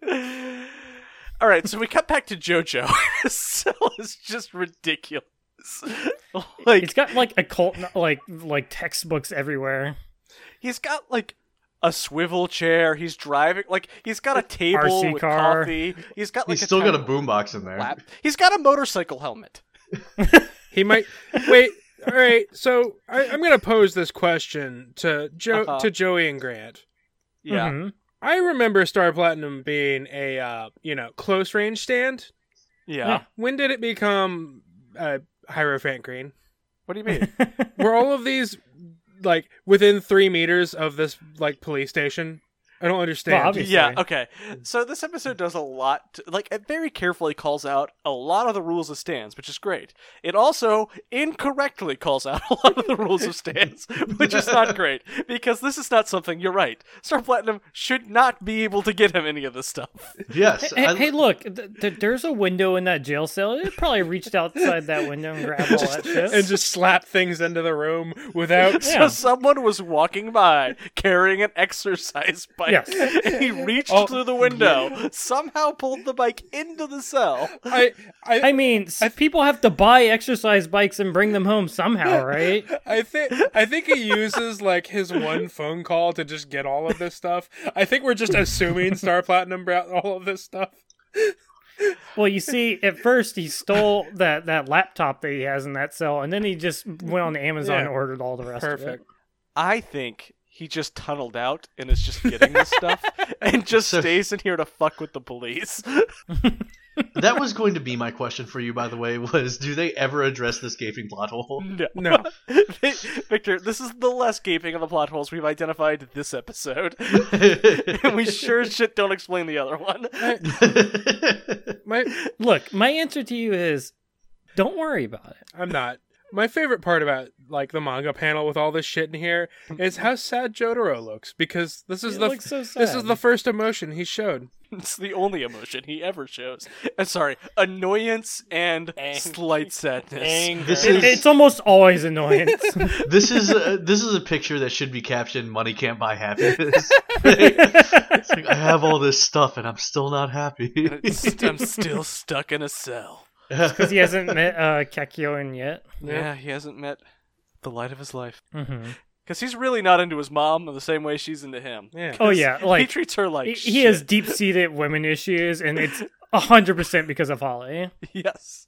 S1: doo. All right, so we cut back to JoJo. so it's just ridiculous. Like
S3: It's got like occult like like textbooks everywhere.
S1: he's got like a swivel chair. He's driving like he's got a table
S3: RC
S1: with
S3: car.
S1: coffee. He's got like
S4: He's still got a
S1: tiny
S4: boombox in there.
S1: lap. He's got a motorcycle helmet.
S2: He might wait. All right, so I, I'm going to pose this question to Joe
S1: Uh-huh.
S2: to Joey and Grant.
S1: Yeah,
S3: Mhm.
S2: I remember Star Platinum being a uh, you know close range stand.
S1: yeah.
S3: Yeah.
S2: When did it become uh, Hierophant Green?
S1: What do you mean?
S2: Were all of these like within three meters of this like police station? I don't understand.
S3: Bob? obviously.
S1: Yeah, okay. So this episode does a lot, to, like, it very carefully calls out a lot of the rules of stands, which is great. It also incorrectly calls out a lot of the rules of stands, which is not great, because this is not something, you're right. Star Platinum should not be able to get him any of this stuff.
S4: Yes.
S3: Hey,
S4: I-
S3: hey, look! Th- th- there's a window in that jail cell. It probably reached outside that window and grabbed all that shit.
S2: and just slap things into the room without
S1: So someone was walking by carrying an exercise bike.
S3: Yes.
S1: And he reached
S2: Oh,
S1: through the window, somehow pulled the bike into the cell.
S2: I, I,
S3: I mean, s- people have to buy exercise bikes and bring them home somehow, right?
S2: I think I think he uses like his one phone call to just get all of this stuff. I think we're just assuming Star Platinum brought all of this stuff.
S3: Well, you see, at first he stole that that laptop that he has in that cell, and then he just went on Amazon
S2: Yeah.
S3: and ordered all the rest.
S2: Perfect.
S1: I think he just tunneled out and is just getting this stuff and just
S4: So-
S1: stays in here to fuck with the police.
S4: that was going to be my question for you, by the way, was do they ever address this gaping plot hole?
S1: No.
S2: No.
S1: Victor, this is the less gaping of the plot holes we've identified this episode. and we sure as shit don't explain the other one.
S2: My
S3: of it. Look, my answer to you is, don't worry about it.
S2: I'm not. My favorite part about like the manga panel with all this shit in here is how sad Jotaro looks because this is
S3: It
S2: the
S3: looks so
S2: this is
S3: sad.
S2: the first emotion he showed.
S1: It's the only emotion he ever shows. Uh, sorry, annoyance and slight sadness.
S4: this
S3: It-
S4: is
S3: it's almost always annoyance.
S4: this is a, this is a picture that should be captioned "Money Can't Buy Happiness." It's like, I have all this stuff and I'm still not happy.
S1: It's- I'm still stuck in a cell.
S3: because he hasn't met uh, Kakyoin yet.
S1: Yeah, he hasn't met the light of his life.
S3: Mhm.
S1: Because he's really not into his mom the same way she's into him.
S2: Yeah.
S3: Oh yeah,
S1: he
S3: like
S1: treats her like
S3: he,
S1: shit.
S3: he has deep seated women issues, and it's hundred percent because of Holly.
S1: Yes.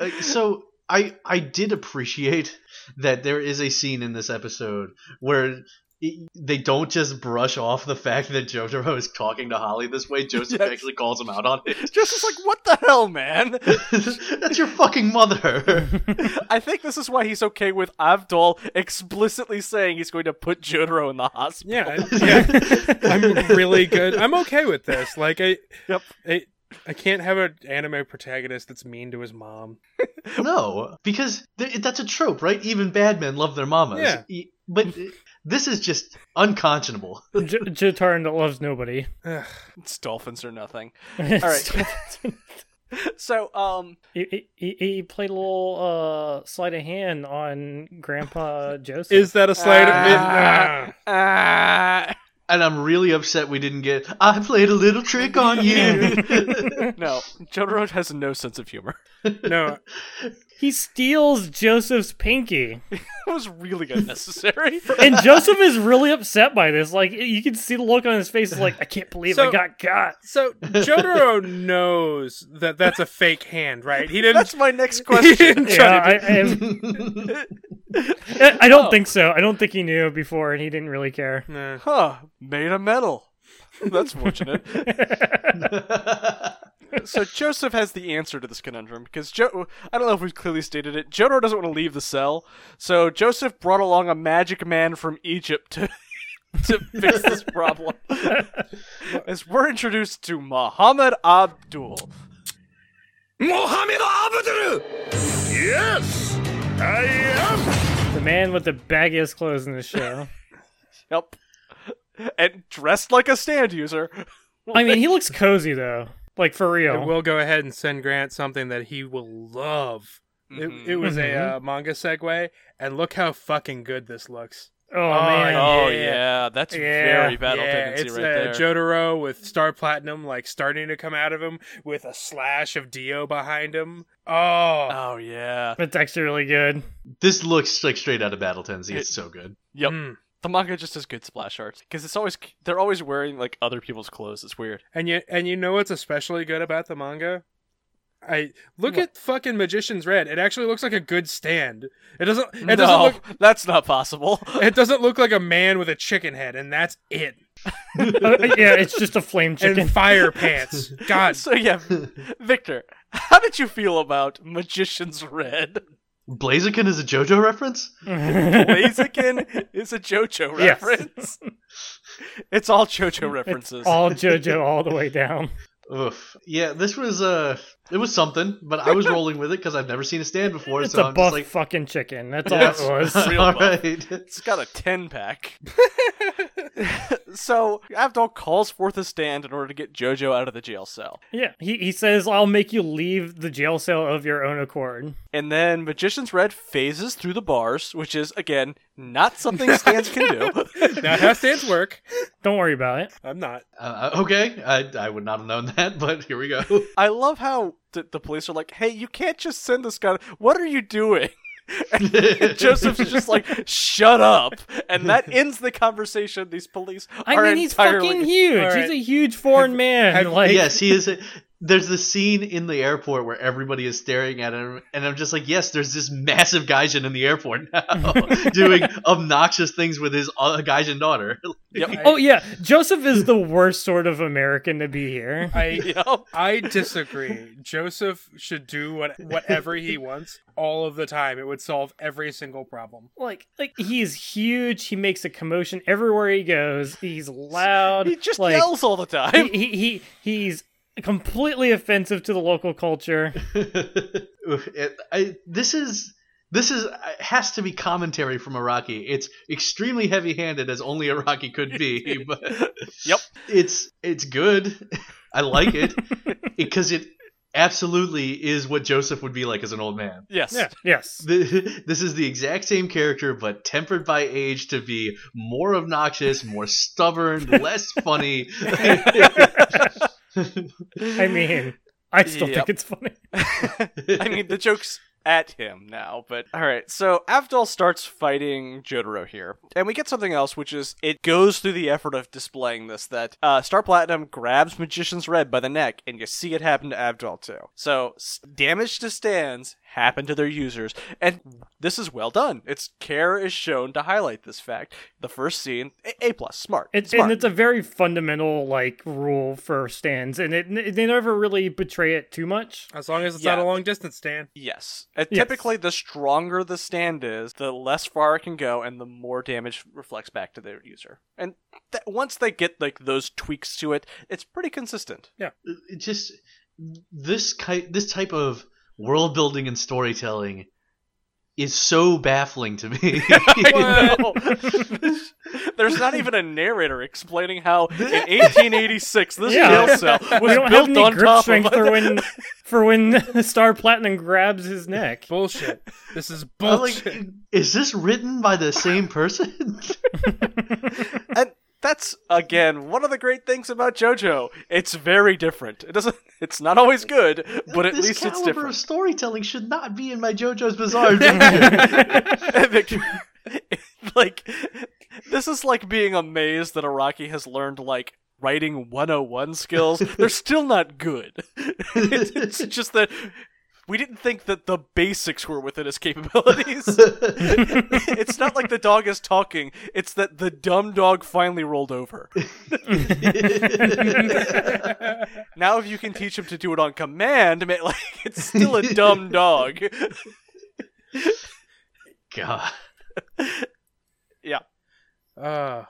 S4: Uh, so I I did appreciate that there is a scene in this episode where it- they don't just brush off the fact that Jotaro is talking to Holly this way. Joseph
S1: Yes.
S4: actually calls him out on it.
S1: Just is like, what the hell, man?
S4: That's your fucking mother.
S1: I think this is why he's okay with Avdol explicitly saying he's going to put Jotaro in the hospital.
S2: Yeah, I- yeah. I'm really good. I'm okay with this. Like I,
S1: Yep.
S2: I, I can't have an anime protagonist that's mean to his mom.
S4: No, because th- that's a trope, right? Even bad men love their mamas.
S2: Yeah.
S4: E- But uh, this is just unconscionable.
S3: J- Jotaran that loves nobody.
S2: Ugh.
S1: It's dolphins or nothing.
S3: All
S1: right. So, um,
S3: He, he, he played a little uh, sleight of hand on Grandpa Joseph.
S2: Is that a slight?
S1: Ah. uh,
S4: And I'm really upset we didn't get. I played a little trick on you.
S1: no, Jotaro has no sense of humor.
S2: Nah. no,
S3: he steals Joseph's pinky,
S1: That was really unnecessary.
S3: and Joseph is really upset by this. Like you can see the look on his face, it's like I can't believe I
S2: So-
S3: got got.
S2: So Jotaro knows that that's a fake hand, right? He didn't.
S1: That's my next
S2: he
S1: question.
S2: didn't
S3: Yeah,
S2: try to
S3: I, I, I- I don't think so. I don't think he knew before, and he didn't really care.
S2: do- Nah.
S1: Huh, made of metal. That's fortunate. so Joseph has the answer to this conundrum because jo- I don't know if we've clearly stated it. Jotaro doesn't want to leave the cell, so Joseph brought along a magic man from Egypt to to fix this problem. As we're introduced to Muhammad Abdul.
S6: Mohammed Abdul! Yes, I am!
S3: The man with the baggiest clothes in the show.
S1: Yep. And dressed like a stand user.
S3: I mean, he looks cozy though, like for real.
S2: We'll go ahead and send Grant something that he will love.
S1: Mm-hmm.
S2: It, it was a uh, manga segue, and look how fucking good this looks.
S3: oh,
S2: Oh,
S3: man,
S1: Oh yeah,
S2: Yeah.
S1: that's
S3: Yeah.
S1: very battle
S2: yeah,
S1: tendency
S2: it's
S1: right
S2: uh,
S1: there.
S2: Jotaro with Star Platinum like starting to come out of him with a slash of Dio behind him. Oh,
S1: oh yeah.
S3: that's actually really good.
S4: this looks like straight out of Battle Tenzi. It's so good.
S1: Yep.
S2: Mm.
S1: Hmm. The manga just does good splash art because it's always they're always wearing like other people's clothes. It's weird.
S2: and you and you know what's especially good about the manga? I look at fucking Magician's Red. It actually looks like a good stand. It doesn't. It doesn't
S1: no,
S2: look.
S1: that's not possible.
S2: It doesn't look like a man with a chicken head, and that's it.
S3: Uh, yeah, it's just a flame chicken.
S2: And fire pants. God.
S1: so yeah, Victor, how did you feel about Magician's Red?
S4: Blaziken is a JoJo reference?
S1: Blaziken is a JoJo
S3: Yes.
S1: reference. it's all JoJo references.
S3: all JoJo all the way down.
S4: Oof. Yeah, this was uh it was something, but I was rolling with it because I've never seen a stand before,
S3: It's
S4: so
S3: a
S4: I'm just
S3: buff
S4: like
S3: fucking chicken. That's
S4: yes.
S3: all it was.
S1: Real
S4: All
S1: buff.
S4: right.
S1: It's got a 10 pack. so, Avdol calls forth a stand in order to get JoJo out of the jail cell.
S3: Yeah, he, he says, I'll make you leave the jail cell of your own accord.
S1: And then Magician's Red phases through the bars, which is, again, not something stands can do.
S2: Not how stands work.
S3: Don't worry about it.
S2: I'm not.
S4: Uh, okay, I, I would not have known that, but here we go.
S1: I love how th- the police are like, hey, you can't just send this guy. What are you doing? And Joseph's just like, shut up. And that ends the conversation. These police
S3: I
S1: are
S3: mean, he's
S1: entirely
S3: fucking huge.
S2: All
S3: He's
S2: right.
S3: a huge foreign man.
S2: have-
S3: like,
S4: yes, he is. A, there's the scene in the airport where everybody is staring at him, and I'm just like, yes, there's this massive Gaijin in the airport now doing obnoxious things with his uh, Gaijin daughter.
S1: Yep.
S3: Oh, yeah. Joseph is the worst sort of American to be here.
S2: I
S1: Yep.
S2: I disagree. Joseph should do what whatever he wants all of the time. It would solve every single problem.
S3: Like, like he's huge. He makes a commotion everywhere he goes. He's loud.
S1: He just
S3: like,
S1: yells all the time.
S3: He, he, he, he's completely offensive to the local culture.
S4: Oof, it- I- this is this is it has to be commentary from Iraqi. It's extremely heavy-handed as only Iraqi could be, but
S1: Yep.
S4: it's it's good. I like it because it absolutely is what Joseph would be like as an old man.
S1: yes.
S3: Yeah. Yes.
S4: Th- this is the exact same character but tempered by age to be more obnoxious more stubborn less funny
S3: I mean, I still
S1: Yep.
S3: think it's funny.
S1: I mean, the joke's at him now, but alright. So Avdol starts fighting Jotaro here. And we get something else, which is it goes through the effort of displaying this that uh, Star Platinum grabs Magician's Red by the neck, and you see it happen to Avdol too. So s- damage to stands happen to their users, and this is well done. Its care is shown to highlight this fact. The first scene, A, a plus, smart.
S3: It's
S1: smart.
S3: and it's a very fundamental like rule for stands, and it they never really betray it too much.
S2: As long as it's not
S1: Yeah.
S2: a long distance stand.
S1: Yes. Uh,
S3: Yes.
S1: Typically, the stronger the stand is, the less far it can go, and the more damage reflects back to their user. And th- once they get like those tweaks to it, it's pretty consistent.
S4: It just this ki- this type of world building and storytelling is so baffling to me
S1: I know. There's not even a narrator explaining how in 1886 this
S3: Yeah.
S1: jail cell
S3: we
S1: was
S3: don't have
S1: built
S3: any
S1: on
S3: grip
S1: top of
S3: strength for
S1: other-
S3: when for when Star Platinum grabs his neck.
S2: Bullshit. This is
S4: I'm like,
S2: bullshit.
S4: is this written by the same person
S1: And that's again one of the great things about JoJo. It's very different. It doesn't. It's not always good, but at
S4: this
S1: least
S4: caliber
S1: it's
S4: of
S1: different.
S4: storytelling should not be in my jojo's bizarre adventure
S1: Victor- like this is like being amazed that Iraqi has learned like writing 101 skills. They're still not good. it's just that we didn't think that the basics were within his capabilities. it's not like the dog is talking, it's that the dumb dog finally rolled over. now if you can teach him to do it on command, ma- like it's still a dumb dog.
S4: god
S2: Uh,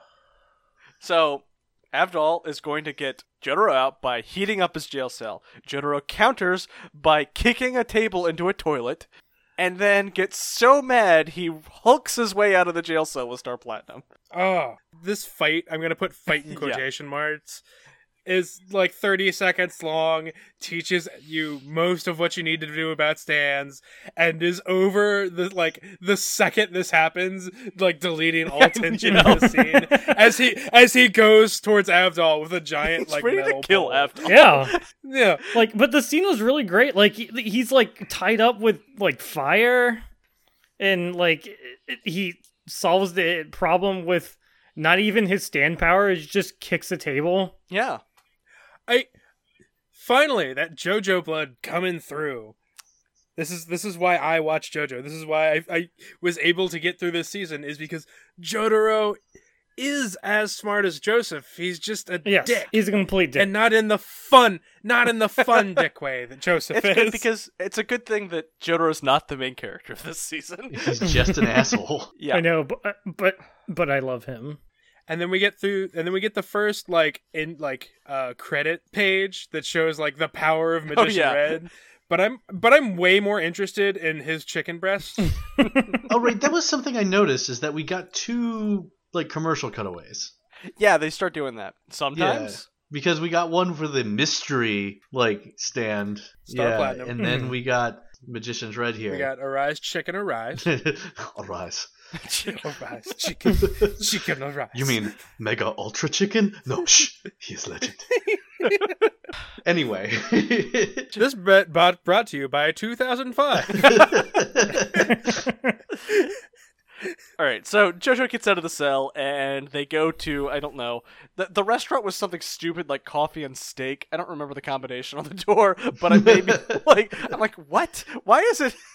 S1: So, Avdol is going to get Jotaro out by heating up his jail cell. Jotaro counters by kicking a table into a toilet, and then gets so mad he hulks his way out of the jail cell with Star Platinum.
S2: oh, this fight, I'm going to put fight in
S1: Yeah.
S2: quotation marks, is like 30 seconds long, teaches you most of what you need to do about stands, and is over the like the second this happens, like deleting all tension from the scene as he as he goes towards Avdol with a giant
S1: He's
S2: like
S1: ready to
S2: metal
S1: kill
S2: pole.
S1: Avdol.
S3: Yeah,
S2: Yeah.
S3: like but the scene was really great. Like he, he's like tied up with like fire, and like it- it- he solves the problem with not even his stand power. He just kicks a table.
S1: Yeah.
S2: I finally that JoJo blood coming through. This is this is why I watch JoJo. This is why I, I was able to get through this season is because Jotaro is as smart as Joseph. He's just a
S3: Yes,
S2: dick.
S3: he's a complete dick.
S2: And not in the fun, not in the fun dick way that Joseph
S1: It's
S2: is.
S1: good because it's a good thing that Jotaro's not the main character of this season.
S4: He's just an asshole.
S1: Yeah.
S3: I know, but but but I love him.
S2: and then we get through and then we get the first like in like uh credit page that shows like the power
S3: Oh,
S2: of magician
S1: yeah.
S2: red but i'm but i'm way more interested in his chicken breast
S4: Oh right, that was something I noticed is that we got two like commercial cutaways.
S1: Yeah, they start doing that sometimes.
S4: Because we got one for the mystery like stand.
S2: Star
S4: yeah,
S2: Platinum.
S4: And then we got Magician's Red
S2: we
S4: here.
S2: got arise chicken arise
S4: Arise.
S2: arise chicken chicken arise
S4: You mean Mega Ultra Chicken? No, shh. He is legend. anyway.
S2: this bet bot brought to you by 2005
S1: All right, so Jojo gets out of the cell and they go to I don't know. The the restaurant was something stupid like coffee and steak. I don't remember the combination on the door, but I maybe like I'm like, "What? Why is it?"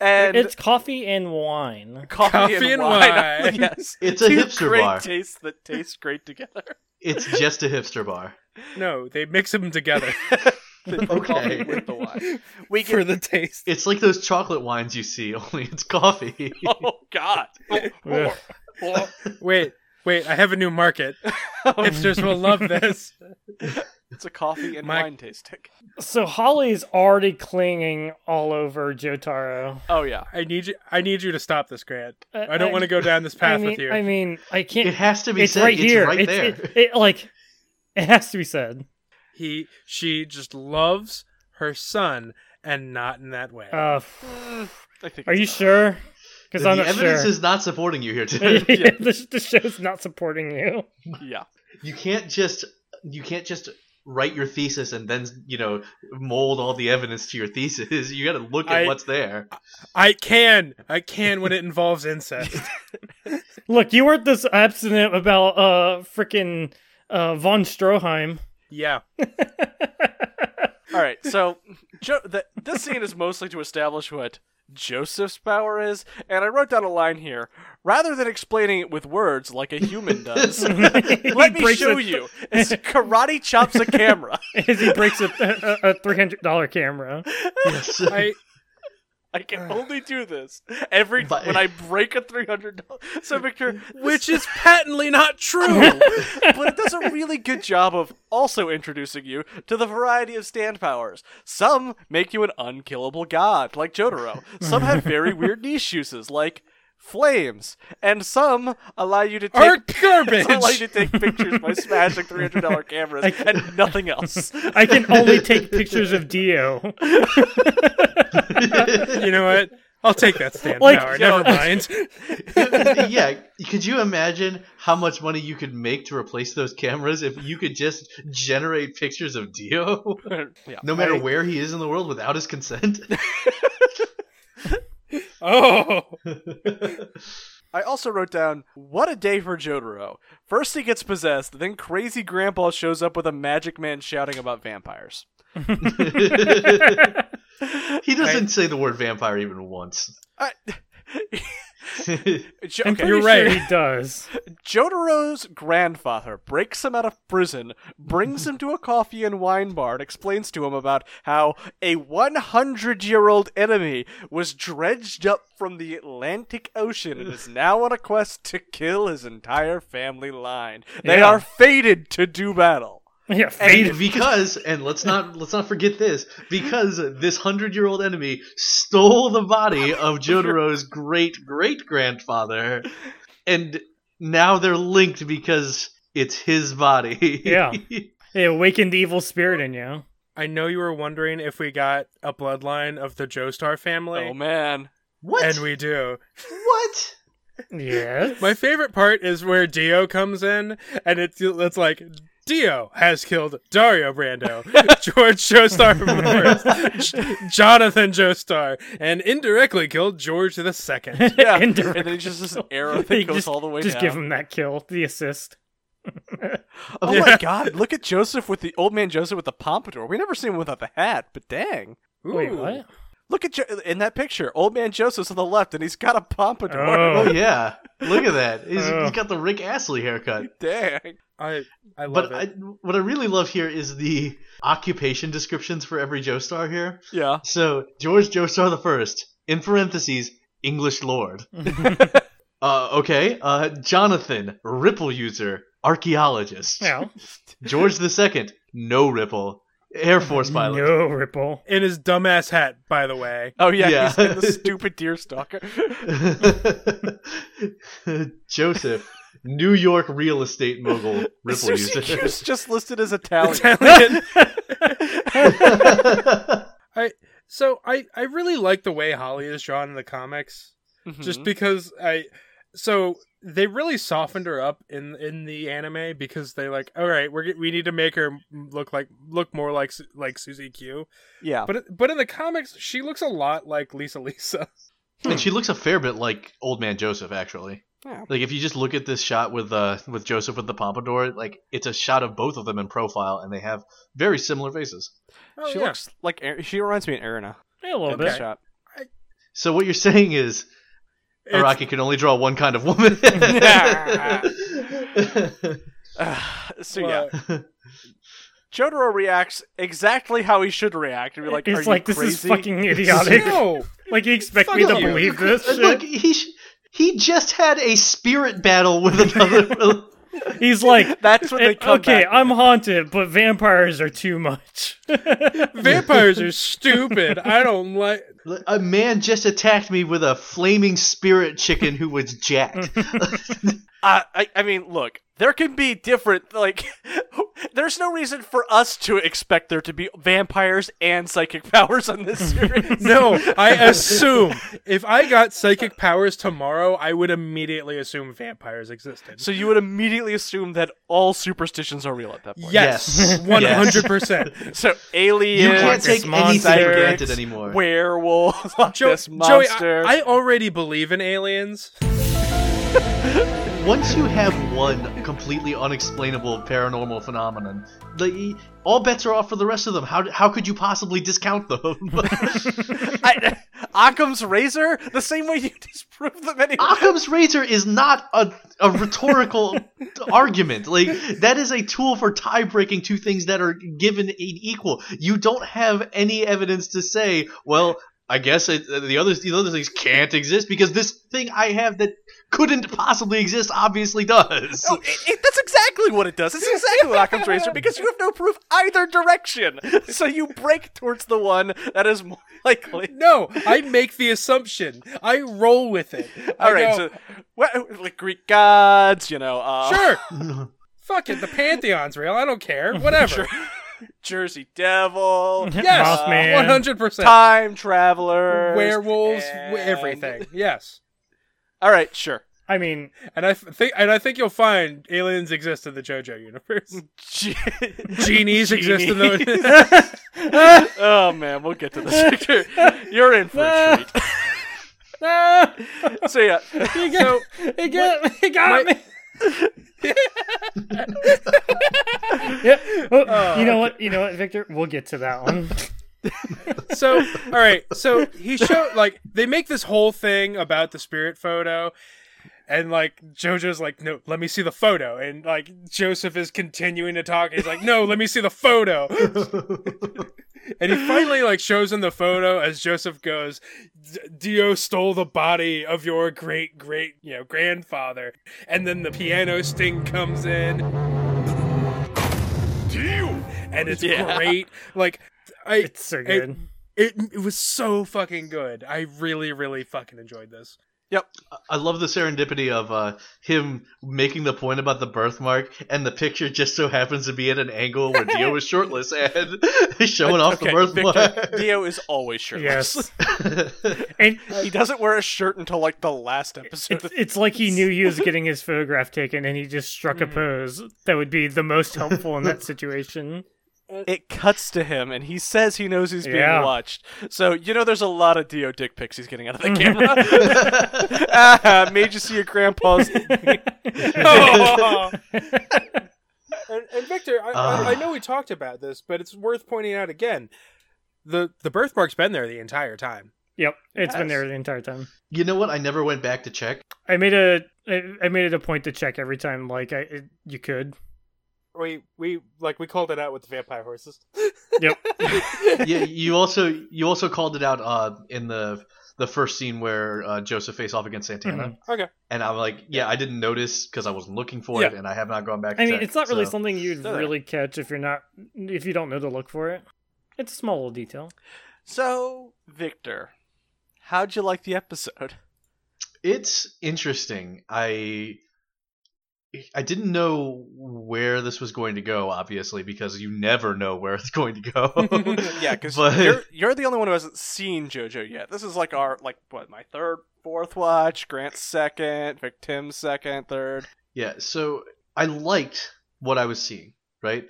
S1: And
S3: It's coffee and wine.
S1: coffee,
S2: Coffee and wine.
S1: yes.
S4: It's a
S1: Two
S4: hipster
S1: great
S4: bar.
S1: tastes that taste great together.
S4: it's just a hipster bar.
S2: no they mix them together
S1: The coffee with the wine. We get
S2: for the taste
S4: It's like those chocolate wines you see, only it's coffee.
S1: Oh god. Oh,
S3: Ugh.
S2: wait wait i have a new market hipsters will love this
S1: It's a coffee and
S2: My-
S1: wine tasting.
S3: So Holly's already clinging all over Jotaro.
S1: Oh yeah.
S2: i need you i need you to stop this grant
S3: I-
S2: i don't
S3: Uh, I-
S2: want to go down this path
S3: I mean,
S2: with you
S3: I mean, I can't.
S4: It has to be
S3: it's
S4: said.
S3: right
S4: it's
S3: here.
S4: right
S3: It's-
S4: there.
S3: It, it, like it has to be said.
S2: he she just loves her son and not in that way
S3: Uh, f-
S1: I think
S3: are
S1: it's
S3: you
S1: not.
S3: sure? Because
S4: the
S3: I'm not
S4: evidence
S3: sure.
S4: is not supporting you here today.
S3: yeah, this, this show's not supporting you.
S1: Yeah.
S4: you can't just you can't just write your thesis and then you know mold all the evidence to your thesis. You got to look at
S2: I-
S4: what's there.
S2: i can i can when it involves incest
S3: Look, you weren't this abstinent about uh freaking uh von Stroheim.
S2: yeah
S1: All right, so jo- the, this scene is mostly to establish what Joseph's power is, and I wrote down a line here. Rather than explaining it with words like a human does, let me
S3: breaks
S1: show
S3: it.
S1: you. It's karate chops a camera.
S3: As he breaks a, a, a three hundred dollar camera.
S4: Yes.
S2: i
S1: I can only do this every
S4: But-
S1: when I break a three hundred dollars. So Victor,
S2: which is patently not true
S1: but it does a really good job of also introducing you to the variety of stand powers. Some make you an unkillable god, like Jotaro. Some have very weird niche uses, like flames, and some allow you to take.
S2: are
S1: Allow you
S2: garbage
S1: to take pictures by smashing three hundred dollar cameras and nothing else.
S3: I can only take pictures of Dio.
S2: you know what i'll take that stand
S3: Like-
S2: power never mind
S4: yeah, could you imagine how much money you could make to replace those cameras if you could just generate pictures of Dio,
S1: Yeah.
S4: no matter where he is in the world, without his consent?
S2: oh
S1: I also wrote down, what a day for Jotaro. First he gets possessed, then crazy grandpa shows up with a magic man shouting about vampires.
S4: He doesn't say the word vampire even once.
S1: I- Jo-
S3: I'm
S1: okay.
S3: pretty sure
S2: You're right.
S3: he does.
S1: Jotaro's grandfather breaks him out of prison, brings him to a coffee and wine bar, and explains to him about how a 100 year old enemy was dredged up from the Atlantic Ocean and is now on a quest to kill his entire family line. They
S3: Yeah.
S1: are fated to do battle.
S3: Yeah,
S4: And
S3: faded.
S4: because, and let's not let's not forget this, because this hundred year old enemy stole the body of Jotaro's great great grandfather, and now they're linked because it's his body.
S3: Yeah. It awakened the evil spirit in you.
S2: i know you were wondering if we got a bloodline of the joestar family
S1: Oh man.
S4: what?
S2: and we do
S4: what?
S3: Yes.
S2: My favorite part is where Dio comes in, and it's it's like Dio has killed Dario Brando, George Joestar from the first, J- Jonathan Joestar, and indirectly killed George the second.
S1: Yeah. and
S3: Indirect.
S1: then it's just an arrow
S3: They
S1: that goes
S3: just-
S1: all the way
S3: Just
S1: down.
S3: give him that kill, the assist.
S1: Oh
S2: Yeah.
S1: my god, look at Joseph with the old man Joseph with the pompadour. We never see him without the hat, but dang.
S3: Wait, what?
S1: Look at jo- in that picture, old man Joseph's on the left, and he's got a pompadour.
S3: Oh.
S4: Oh yeah, look at that. He's,
S3: Oh.
S4: he's got the Rick Astley haircut.
S1: Dang.
S2: I I love
S4: But
S2: it.
S4: I, what I really love here is the occupation descriptions for every Joestar here.
S1: Yeah.
S4: So George Joestar the First, in parentheses, English Lord. uh, okay, uh, Jonathan, Ripple user, archaeologist.
S3: Yeah.
S4: George the Second, no Ripple, Air Force pilot.
S3: No ripple.
S2: in his dumbass hat, by the way.
S1: Oh yeah, he's
S4: Yeah.
S1: in the stupid deer stalker.
S4: Joseph, New York real estate mogul, Ripple
S1: Susie
S4: user.
S1: Q's just listed as Italian.
S2: Italian. I so I I really like the way Holly is drawn in the comics, just
S1: Mhm.
S2: because I so they really softened her up in in the anime because they like all right we're get- we need to make her look like look more like Su- like Susie Q,
S1: yeah.
S2: but but in the comics she looks a lot like Lisa Lisa.
S4: And she looks a fair bit like Old Man Joseph, actually.
S1: Yeah.
S4: Like if you just look at this shot with uh with Joseph with the pompadour, like it's a shot of both of them in profile, and they have very similar faces.
S2: Oh,
S1: she
S2: yeah.
S1: looks like Ar- she reminds me of Erina.
S3: Yeah, a little
S1: Good
S2: Okay.
S3: bit.
S1: shot.
S4: So what you're saying is
S2: It's-
S4: Araki can only draw one kind of woman.
S1: so yeah,
S3: uh,
S2: well,
S1: Jotaro reacts exactly how he should react, and be like, "Are you
S3: it's like this
S1: crazy?"
S3: is fucking idiotic.
S2: no,
S3: like you expect
S2: Fuck
S3: me to
S2: you.
S3: believe this shit?
S4: Look, he sh- he just had a spirit battle with another.
S3: He's like,
S1: That's when they
S3: "It-
S1: come
S3: okay,
S1: back.
S3: I'm haunted, but vampires are too much.
S2: vampires are stupid. I don't like.
S4: a man just attacked me with a flaming spirit chicken who was jacked.
S1: I, I, I mean, look, there can be different. Like, there's no reason for us to expect there to be vampires and psychic powers on this series.
S2: No, I assume if I got psychic powers tomorrow, I would immediately assume vampires existed.
S1: So you would immediately assume that all superstitions are real at that point.
S2: Yes,
S4: Yes.
S2: one hundred percent.
S1: So aliens,
S4: You can't take
S3: Monster.
S4: anything for granted
S1: Psychics,
S4: anymore.
S1: werewolves, like
S2: Joey,
S1: this monster.
S2: I, I already believe in aliens.
S4: Once you have one completely unexplainable paranormal phenomenon, the, all bets are off for the rest of them. How, how could you possibly discount them?
S1: I, Occam's razor, the same way you disprove them anyway.
S4: Occam's Razor is not a, a rhetorical argument. Like, that is a tool for tie breaking two things that are given an equal. You don't have any evidence to say, well, I guess it, uh, the other these other things can't exist because this thing I have that couldn't possibly exist obviously does.
S1: No, Oh, it, it, that's exactly what it does. It's exactly what Occam's razor because you have no proof either direction. So you break towards the one that is more likely.
S2: No, I make the assumption. I roll with it. I
S1: All right,
S2: go,
S1: so what, like Greek gods, you know, uh,
S2: sure. Fuck it, the pantheon's real. I don't care. Whatever.
S1: Jersey Devil, uh,
S2: Yes,
S3: Mothman.
S2: one hundred percent.
S1: time traveler,
S2: Werewolves, w everything. Yes,
S1: All right, sure.
S3: I mean,
S2: and I f- think and I think you'll find aliens exist in the JoJo universe.
S1: Gee-
S2: Genies exist in the.
S1: oh man, we'll get to this picture. You're in for a treat.
S3: no,
S1: So yeah,
S3: he got, he got, he got
S2: my-
S3: me. yeah. Oh, you know what? You know what, Victor? We'll get to that one.
S2: so all right so he showed like they make this whole thing about the spirit photo and like jojo's like no let me see the photo and like joseph is continuing to talk he's like no let me see the photo and he finally like shows him the photo as joseph goes "D- dio stole the body of your great great you know grandfather and then the piano sting comes in and it's
S1: Yeah.
S2: great like I,
S3: It's so
S2: it-
S3: good.
S2: it it was so fucking good. I really really fucking enjoyed this.
S4: I love the serendipity of uh, him making the point about the birthmark, and the picture just so happens to be at an angle where Dio is shirtless and showing off
S1: okay,
S4: the birthmark.
S1: Victor, Dio is always shirtless.
S3: yes. and
S1: He doesn't wear a shirt until like the last episode.
S3: It's, it's like he knew he was getting his photograph taken and he just struck a pose that would be the most helpful in that situation.
S1: It cuts to him, and he says he knows he's being
S3: Yeah.
S1: watched. So you know, there's a lot of Dio dick pics he's getting out of the camera. ah, made you see your grandpa's.
S2: and, Ah. and Victor, I, I, I know we talked about this, but it's worth pointing out again. the the birthmark's been there the entire time.
S3: Yep, it's been
S2: Yes.
S3: there the entire time.
S4: You know what? I never went back to check.
S3: I made a I I made it a point to check every time like I it, you could.
S2: We we like we called it out with the vampire horses.
S3: Yep.
S4: Yeah, you also you also called it out uh, in the the first scene where uh, Joseph face off against Santana,
S3: Mhm.
S2: Okay.
S4: and I'm like, yeah, I didn't notice because I wasn't looking for it, and I have not gone back. To
S3: I mean,
S4: check,
S3: it's not really
S4: so-
S3: something you'd
S1: They're there.
S3: really catch if you're not if you don't know to look for it. It's a small little detail.
S1: So, Victor, how'd you like the episode?
S4: It's interesting. I I didn't know where this was going to go, obviously, because you never know where it's going to go.
S1: yeah, because
S4: But-
S1: you're, you're the only one who hasn't seen JoJo yet. This is like our like what my third, fourth watch. Grant's second, Vic Tim's second, third.
S4: Yeah, so I liked what I was seeing, right?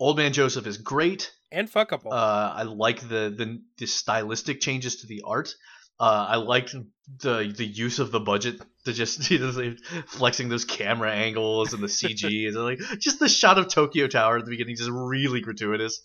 S4: Old Man Joseph is great.
S2: And fuckable.
S4: Uh, I like the, the the stylistic changes to the art. Uh, I liked the the use of the budget to just you know, like, flexing those camera angles and the CG and like just the shot of Tokyo Tower at the beginning is just really gratuitous.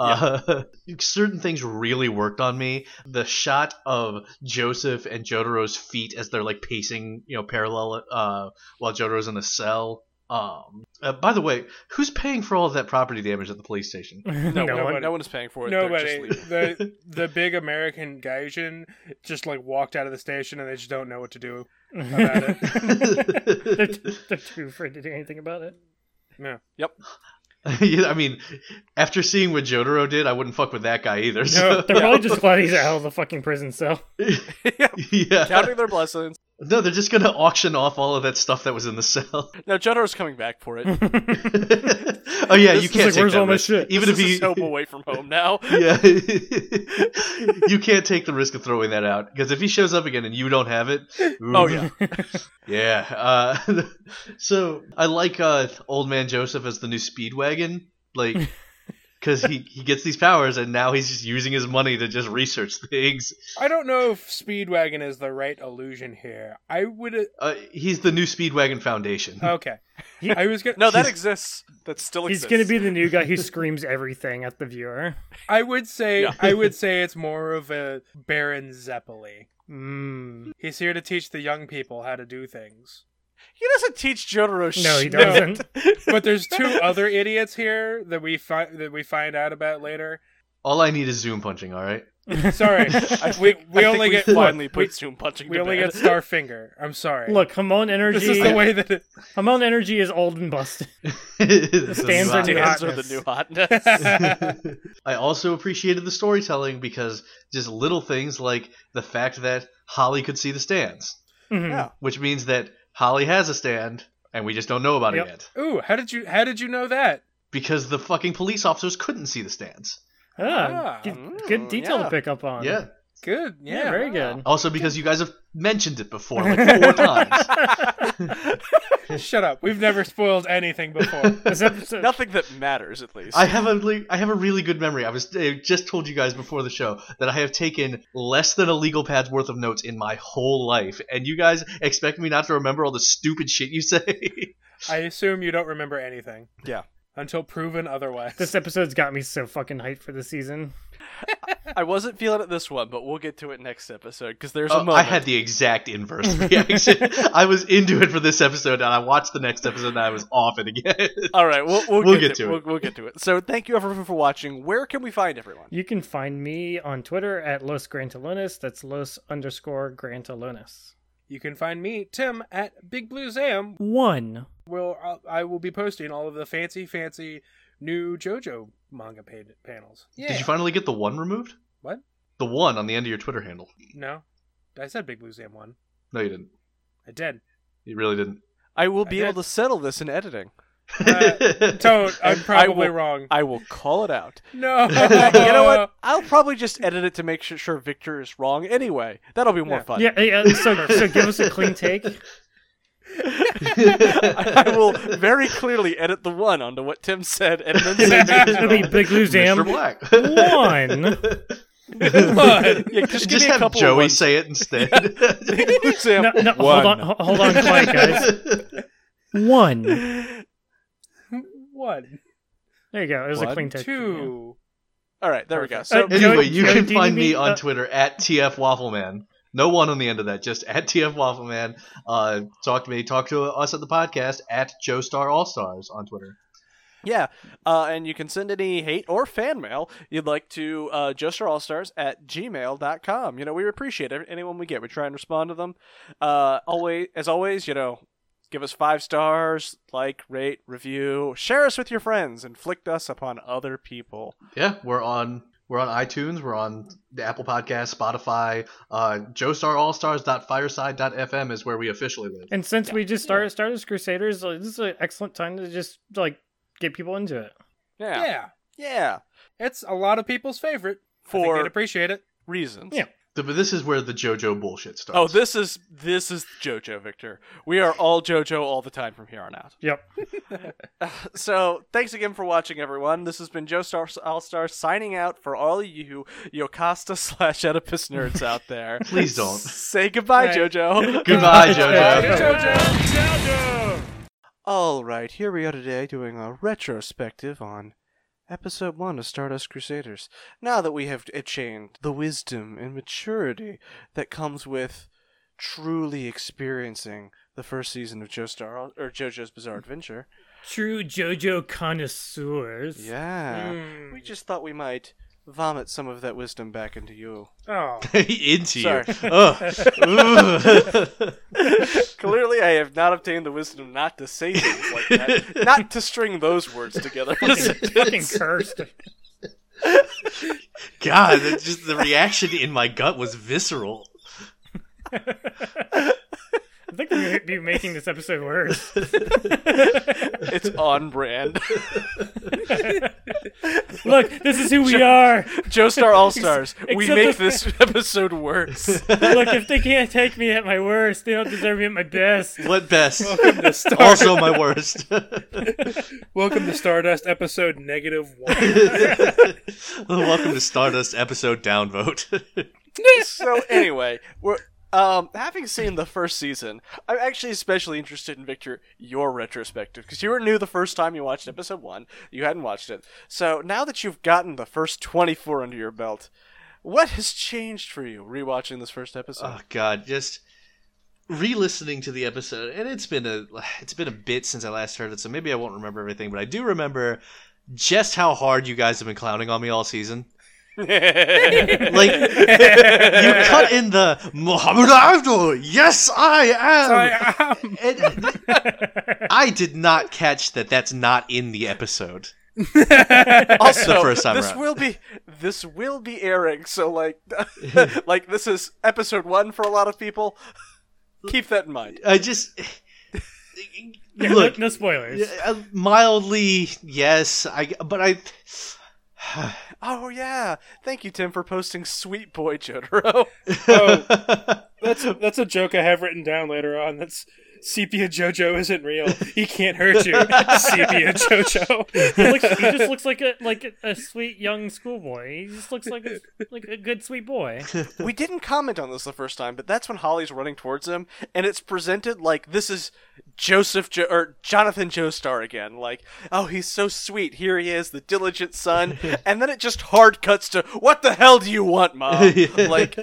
S4: Uh, certain things really worked on me. The shot of Joseph and Jotaro's feet as they're like pacing, you know, parallel uh, while Jotaro's in a cell. Um, uh, by the way, who's paying for all of that property damage at the police station?
S1: No,
S3: No
S1: one,
S2: nobody.
S1: no one is paying for it. They're
S2: Nobody.
S1: Just leaving.
S2: the the big American Gaijin just like walked out of the station and they just don't know what to do about it.
S3: they're, t- they're too afraid to do anything about it.
S4: Yeah, I mean, after seeing what Jotaro did, I wouldn't fuck with that guy either. so-
S3: They're probably just glad he's out of the fucking prison cell.
S4: yeah.
S1: Counting their blessings.
S4: No, they're just gonna auction off all of that stuff that was in the cell.
S1: No, Jotaro's coming back for it.
S4: oh yeah,
S3: This
S4: you
S3: is
S4: can't
S3: like,
S4: take
S3: where's
S4: that
S3: all my
S4: risk.
S3: shit?
S4: Even
S1: This
S4: if
S1: is
S4: he,
S1: his home away from home now.
S4: yeah, you can't take the risk of throwing that out because if he shows up again and you don't have it,
S1: Oh
S4: ooh.
S1: yeah,
S4: yeah. Uh, so I like uh, old man Joseph as the new Speedwagon, like because he he gets these powers and now he's just using his money to just research things.
S2: I don't know if Speedwagon is the right illusion here. I would
S4: Uh, he's the new Speedwagon Foundation.
S2: okay. I was gonna
S1: no, that exists. That still
S3: He's
S1: exists.
S3: gonna be the new guy who screams everything at the viewer.
S2: I would say
S1: Yeah.
S2: I would say it's more of a Baron Zeppeli.
S3: Mm.
S2: He's here to teach the young people how to do things.
S1: He doesn't teach Jotaro shit.
S3: No, he doesn't.
S2: But there's two other idiots here that we find that we find out about later.
S4: All I need is zoom punching. All right.
S2: Sorry,
S1: I
S2: we
S1: think-
S2: we
S1: I think
S2: only get
S1: finally
S2: look,
S1: put Zoom punching.
S2: We, we
S1: to
S2: only
S1: bed.
S2: get Starfinger. I'm sorry.
S3: Look, Hamon Energy.
S2: this is the way that it,
S3: Hamon Energy is old and busted.
S4: This is
S3: stands
S4: not-
S3: on your
S1: Stands are the
S3: hotness.
S1: new hotness.
S4: I also appreciated the storytelling because just little things like the fact that Holly could see the stands,
S3: Mhm.
S1: Yeah.
S4: which means that Holly has a stand and we just don't know about
S3: Yep.
S4: it yet
S2: Ooh, how did you how did you know that?
S4: because the fucking police officers couldn't see the stands.
S3: Ah,
S2: Ah,
S3: good,
S1: mm,
S3: good detail
S1: yeah.
S3: to pick up on.
S4: Yeah.
S2: Good.
S3: Yeah,
S2: Yeah.
S3: very good.
S4: Also because you guys have mentioned it before like four times.
S2: Shut up. We've never spoiled anything before.
S3: This episode,
S1: Nothing that matters, at least.
S4: I have a le- I have a really good memory. I was I just told you guys before the show that I have taken less than a legal pad's worth of notes in my whole life, and you guys expect me not to remember all the stupid shit you say.
S2: I assume you don't remember anything.
S1: Yeah.
S2: Until proven otherwise.
S3: this episode's got me so fucking hyped for the season.
S1: I wasn't feeling it this one, but we'll get to it next episode because there's a
S4: Oh, I
S1: moment.
S4: had the exact inverse reaction. I was into it for this episode, and I watched the next episode, and I was off it again.
S1: All right, we'll, we'll,
S4: We'll
S1: get,
S4: get
S1: to,
S4: to
S1: it.
S4: it.
S1: We'll, we'll get to it. So thank you everyone for watching. Where can we find everyone?
S3: You can find me on Twitter at Los Grantalones. That's Los underscore Grantalones.
S2: You can find me, Tim, at Big Blue Zam.
S3: One.
S2: Will I will be posting all of the fancy, fancy new JoJo manga pa- panels. Yeah.
S4: Did you finally get the one removed?
S2: What?
S4: The one on the end of your Twitter handle?
S2: no, I said Big Blue Zam one.
S4: No, you didn't.
S2: I did.
S4: You really didn't.
S1: I will be
S2: I
S1: able
S2: did.
S1: to settle this in editing.
S2: Uh, Don't. I'm probably
S1: will-
S2: wrong.
S1: I will call it out.
S2: no.
S1: you know what? I'll probably just edit it to make sure, sure Victor is wrong. Anyway, that'll be more fun.
S3: Yeah, yeah. So, so give us a clean take.
S1: I I will very clearly edit the one onto what Tim said and then say Victor's
S3: It'll be
S1: wrong.
S3: Big Blue
S4: Mr.
S3: Zam.
S4: Black.
S3: One.
S1: Yeah, just give
S4: Just
S1: me a
S4: have
S1: couple
S4: Joey
S1: of
S4: say it instead.
S1: ones. Sam,
S3: No, no, hold on, ho- hold on, quiet guys. One.
S2: One,
S3: There you go. It was a
S1: One,
S3: clean take. for me.
S2: two,
S1: All right, there we go.
S3: Perfect.
S1: So
S3: Uh,
S4: Anyway,
S3: Joe-
S4: you
S3: Joe,
S4: can
S3: do you
S4: find me
S3: mean-
S4: on
S3: uh,
S4: Twitter at TF Waffleman. No one on the end of that, just at TF Waffleman. Uh, talk to me, talk to us at the podcast at Joe Star All Stars on Twitter.
S1: Yeah, uh, and you can send any hate or fan mail you'd like to uh, joestarallstars at gmail.com. You know, we appreciate every- anyone we get. We try and respond to them. Uh, always, As always, you know, give us five stars, like, rate, review, share us with your friends, inflict us upon other people.
S4: Yeah, we're on we're on iTunes, we're on the Apple Podcast, Spotify, uh, joestarallstars.fireside.fm is where we officially live.
S3: And since we just started started as Crusaders, like, this is an excellent time to just like get people into it.
S1: Yeah.
S2: Yeah.
S1: Yeah.
S2: It's a lot of people's favorite. I think
S1: For
S2: they'd appreciate it.
S1: reasons.
S3: Yeah.
S4: Th- But this is where the JoJo bullshit starts.
S1: Oh, this is this is JoJo, Victor. We are all JoJo all the time from here on out.
S3: Yep.
S1: So, thanks again for watching, everyone. This has been Joe Star All Star signing out for all you Yocasta slash Oedipus nerds out there.
S4: Please don't.
S1: Say goodbye,
S3: Right.
S1: JoJo.
S4: Goodbye, JoJo.
S2: Hey, Jojo.
S1: all right, here we are today doing a retrospective on episode one of Stardust Crusaders. Now that we have attained the wisdom and maturity that comes with truly experiencing the first season of JoStar or JoJo's Bizarre Adventure.
S3: True JoJo connoisseurs.
S1: Yeah.
S3: Hmm.
S1: We just thought we might vomit some of that wisdom back into you.
S2: Oh.
S4: Into
S1: Sorry.
S4: you. Ugh. Ugh.
S1: Clearly, I have not obtained the wisdom not to say things like that, not to string those words together.
S3: Fucking cursed.
S4: God, that just the reaction in my gut was visceral.
S3: I think we're gonna be making this episode worse.
S1: it's on brand.
S3: Look, this is who we are.
S1: Joestar All Stars, we
S3: Except
S1: make
S3: the-
S1: this episode worse.
S3: Look, if they can't take me at my worst, they don't deserve me at my best.
S4: What best? also my worst.
S2: Welcome to Stardust episode negative one.
S4: Welcome to Stardust episode downvote.
S1: so anyway, we're um having seen the first season, I'm actually especially interested in Victor your retrospective because you were new the first time you watched episode 1. You hadn't watched it. So now that you've gotten the first 24 under your belt, what has changed for you rewatching this first episode?
S4: oh god, just re-listening to the episode and it's been a it's been a bit since I last heard it, so maybe I won't remember everything, but I do remember just how hard you guys have been clowning on me all season. like you cut in the Muhammad Abdul. Yes, I am.
S2: I um, am.
S4: And- I did not catch that. That's not in the episode.
S1: also,
S4: the first time
S1: this
S4: around.
S1: will be this will be airing, so like like this is episode 1 for a lot of people. Keep that in mind.
S4: I just
S3: Yeah,
S4: look.
S3: no, no spoilers.
S4: Uh, mildly yes i but i
S1: Oh yeah. Thank you Tim for posting Sweet Boy Jotaro.
S2: Oh, that's a, that's a joke I have written down later on. That's sepia JoJo isn't real. He can't hurt you, sepia JoJo.
S3: He, looks, he just looks like a like a sweet young schoolboy. He just looks like a, like a good sweet boy.
S1: we didn't comment on this the first time, but that's when Holly's running towards him, and it's presented like this is Joseph jo- or Jonathan Joestar again. Like, oh, he's so sweet. Here he is, the diligent son, and then it just hard cuts to what the hell do you want, mom? like,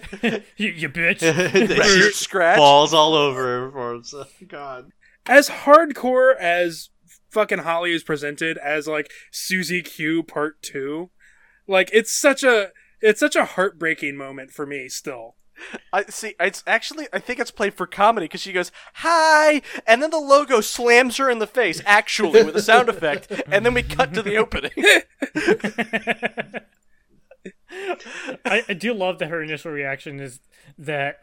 S3: You, you bitch.
S4: she
S1: scratch.
S4: falls all over for herself. god
S2: As hardcore as fucking Holly is presented as like Susie Q Part Two, like it's such a it's such a heartbreaking moment for me still.
S1: I see. It's actually I think it's played for comedy because she goes hi, and then the logo slams her in the face actually with a sound effect, and then we cut to the opening.
S3: I, I do love that her initial reaction is that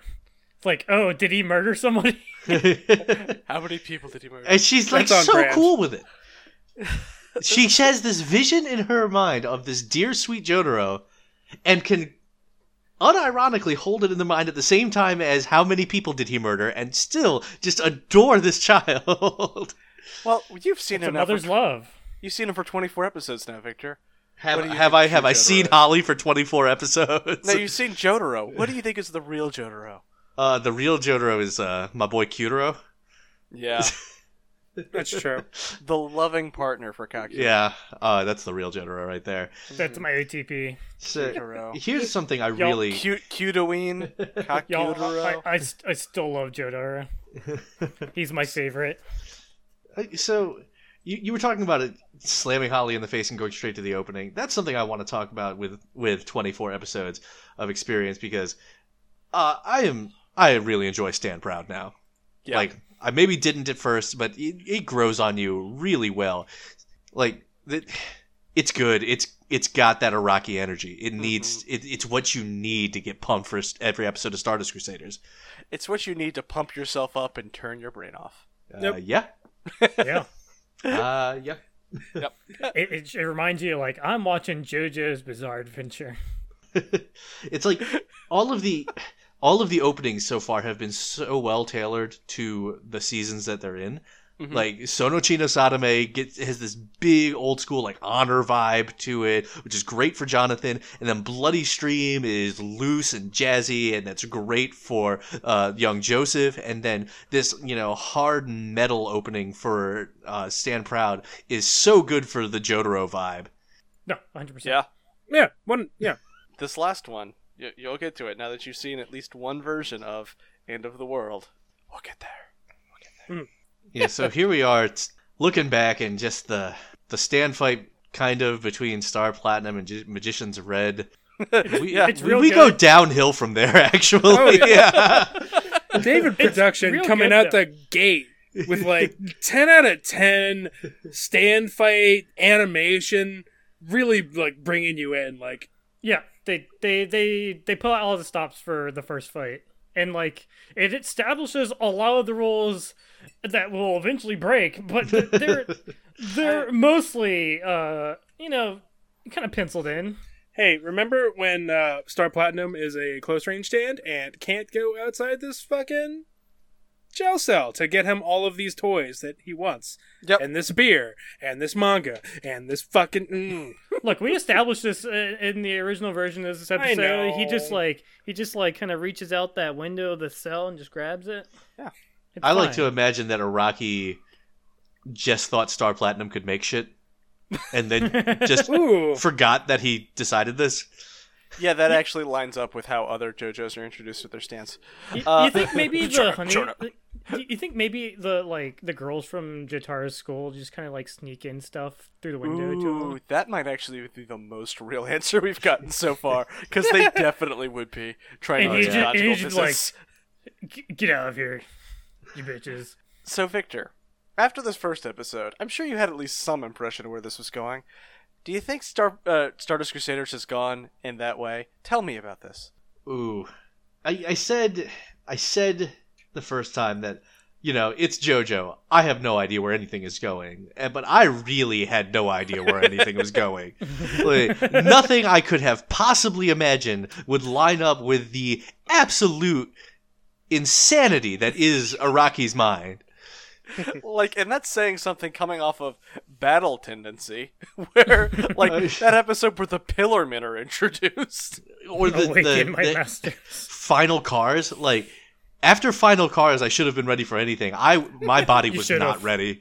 S3: it's like, oh, did he murder somebody?
S1: How many people did he murder?
S4: and she's like
S2: That's on
S4: so
S2: brand.
S4: cool with it she has this vision in her mind of this dear sweet jotaro and can unironically hold it in the mind at the same time as how many people did he murder and still just adore this child
S1: Well, you've seen
S3: It's a
S1: him now. For,
S3: mother's love.
S1: you've seen him for 24 episodes now, Victor. What
S4: have,
S1: do you
S4: have
S1: think
S4: i
S1: of
S4: have
S1: Sweet
S4: i seen
S1: Jotaro?
S4: holly for 24 episodes
S1: No, you've seen Jotaro. What do you think is the real Jotaro?
S4: Uh, the real Jotaro is uh, my boy Kyutaro.
S1: Yeah.
S2: That's true.
S1: The loving partner for Kakyoin.
S4: Yeah, uh, that's the real Jotaro right there.
S3: That's my OTP.
S4: So
S1: Jotaro.
S4: here's something I
S3: Y'all
S4: really
S1: Cute, cuteoine,
S3: Y'all, I,
S1: Kakyoin.
S3: I, st- I still love Jotaro. He's my favorite.
S4: Uh, so you, you were talking about it slamming Holly in the face and going straight to the opening. That's something I want to talk about with with 24 episodes of experience because uh, I am I really enjoy Stand Proud now.
S1: Yeah.
S4: Like I maybe didn't at first, but it, it grows on you really well. Like that, it's good. It's it's got that Iraqi energy. It needs it, it's what you need to get pumped for s- every episode of Stardust Crusaders.
S1: It's what you need to pump yourself up and turn your brain off.
S4: Uh,
S2: Yep.
S4: yeah.
S3: Yeah.
S4: Uh, yeah.
S3: It, it, it reminds you, like, I'm watching JoJo's Bizarre Adventure.
S4: it's like all of the all of the openings so far have been so well tailored to the seasons that they're in.
S1: Mhm.
S4: Like Sonochino Sadame gets has this big old school like honor vibe to it, which is great for Jonathan. And then Bloody Stream is loose and jazzy, and that's great for uh, young Joseph. And then this you know hard metal opening for uh, Stand Proud is so good for the Jotaro vibe.
S3: No, 100%.
S1: Yeah.
S2: Yeah, one. Yeah,
S1: This last one, you, you'll get to it now that you've seen at least one version of End of the World. We'll get there.
S4: yeah, so here we are t- looking back and just the the stand fight kind of between Star Platinum and G- Magician's Red. We,
S1: Yeah.
S4: yeah,
S1: It's
S4: we,
S3: real
S4: we go
S3: good.
S4: downhill from there actually. yeah.
S2: David production
S3: real
S2: coming
S3: good,
S2: out
S3: though.
S2: the gate with like ten out of ten stand fight animation, really like bringing you in. Like
S3: Yeah, they they they they pull out all the stops for the first fight, and like it establishes a lot of the rules that will eventually break, but th- they're they're mostly uh you know kind of penciled in.
S2: Hey, remember when uh, Star Platinum is a close range stand and can't go outside this fucking jail cell to get him all of these toys that he wants?
S1: Yep.
S2: And this beer, and this manga, and this fucking. Mm.
S3: Look, we established this uh, in the original version of this episode. He just
S2: know.
S3: like he just like kind of reaches out that window of the cell and just grabs it.
S1: Yeah.
S3: It's
S4: I like
S3: fine.
S4: to imagine that Iraqi just thought Star Platinum could make shit and then just
S2: Ooh.
S4: forgot that he decided this.
S1: Yeah, that actually lines up with how other JoJo's are introduced with their stance.
S3: You,
S1: Uh,
S3: you think maybe
S1: shut
S3: the
S1: up,
S3: honey?
S1: shut up.
S3: you- You think maybe the like the girls from Jataro's school just kind of like sneak in stuff through the window to
S1: Ooh,
S3: him?
S1: that might actually be the most real answer we've gotten so far, because they definitely would be trying
S3: And
S1: to
S3: he
S1: do
S3: ju- and he
S1: logical
S3: just, like-
S1: business.
S3: G- Get out of here, you bitches!
S1: So, Victor, after this first episode, I'm sure you had at least some impression of where this was going. Do you think Star uh, Stardust Crusaders has gone in that way? Tell me about this.
S4: Ooh, I, I said, I said the first time that you know it's JoJo. I have no idea where anything is going, eh, but I really had no idea where anything was going. Like, nothing I could have possibly imagined would line up with the absolute insanity that is Araki's mind.
S1: like and that's saying something coming off of battle tendency where like that episode where the pillar men are introduced
S4: Or the,
S3: Awaken,
S4: the-
S3: my
S4: the-
S3: masters!
S4: final cars like. After Final Cars, I should have been ready for anything. I my body
S3: You
S4: was
S3: should
S4: not
S3: have.
S4: ready.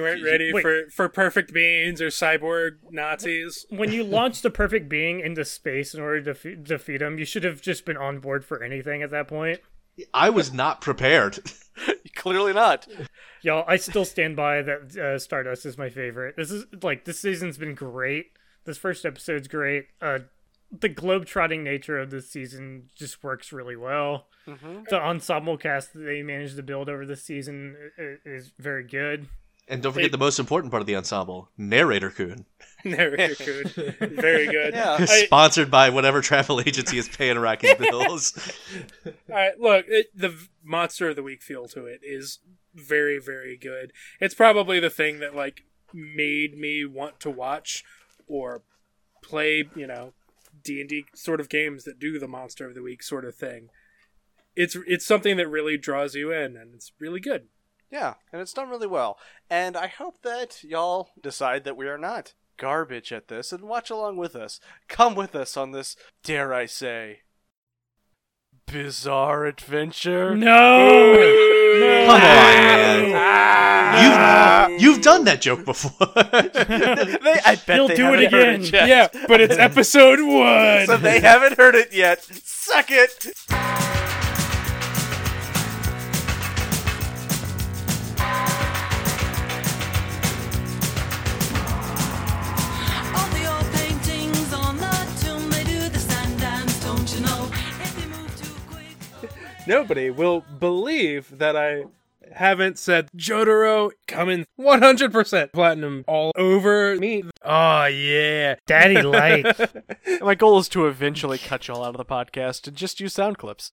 S2: weren't ready
S3: Wait.
S2: for, for perfect beans or cyborg Nazis.
S3: When you launched the perfect being into space in order to fe- defeat him, you should have just been on board for anything at that point.
S4: I was not prepared.
S1: clearly not
S3: Y'all, I still stand by that uh, Stardust is my favorite. This is like this season's been great. This first episode's great. Uh, the globe-trotting nature of this season just works really well.
S1: Mm-hmm.
S3: The ensemble cast that they managed to build over this season i- i- is very good.
S4: And don't forget the most important part of the ensemble, narrator Coon,
S2: Narrator Coon. Very good.
S1: yeah
S4: sponsored by whatever travel agency is paying Iraqi bills.
S2: All right, look, it, the v- monster of the week feel to it is very, very good. It's probably the thing that like made me want to watch or play, you know, D and D sort of games that do the monster of the week sort of thing. It's it's something that really draws you in, and it's really good.
S1: yeah and it's done really well and i hope that y'all decide that we are not garbage at this and watch along with us come with us on this dare i say Bizarre Adventure.
S3: No.
S4: Come on, man. You've, you've done that joke before.
S1: They, I bet
S3: You'll
S1: they
S3: do it
S1: haven't heard
S3: again.
S1: it yet.
S2: Yeah, but it's episode one.
S1: So they haven't heard it yet. Suck it.
S5: All the old paintings on the tomb, they do the sand dance, don't you know? If you move too quick.
S2: Nobody will believe that I haven't said Jotaro coming 100% platinum all over me. Oh, yeah.
S3: Daddy like.
S1: My goal is to eventually cut y'all out of the podcast and just use sound clips.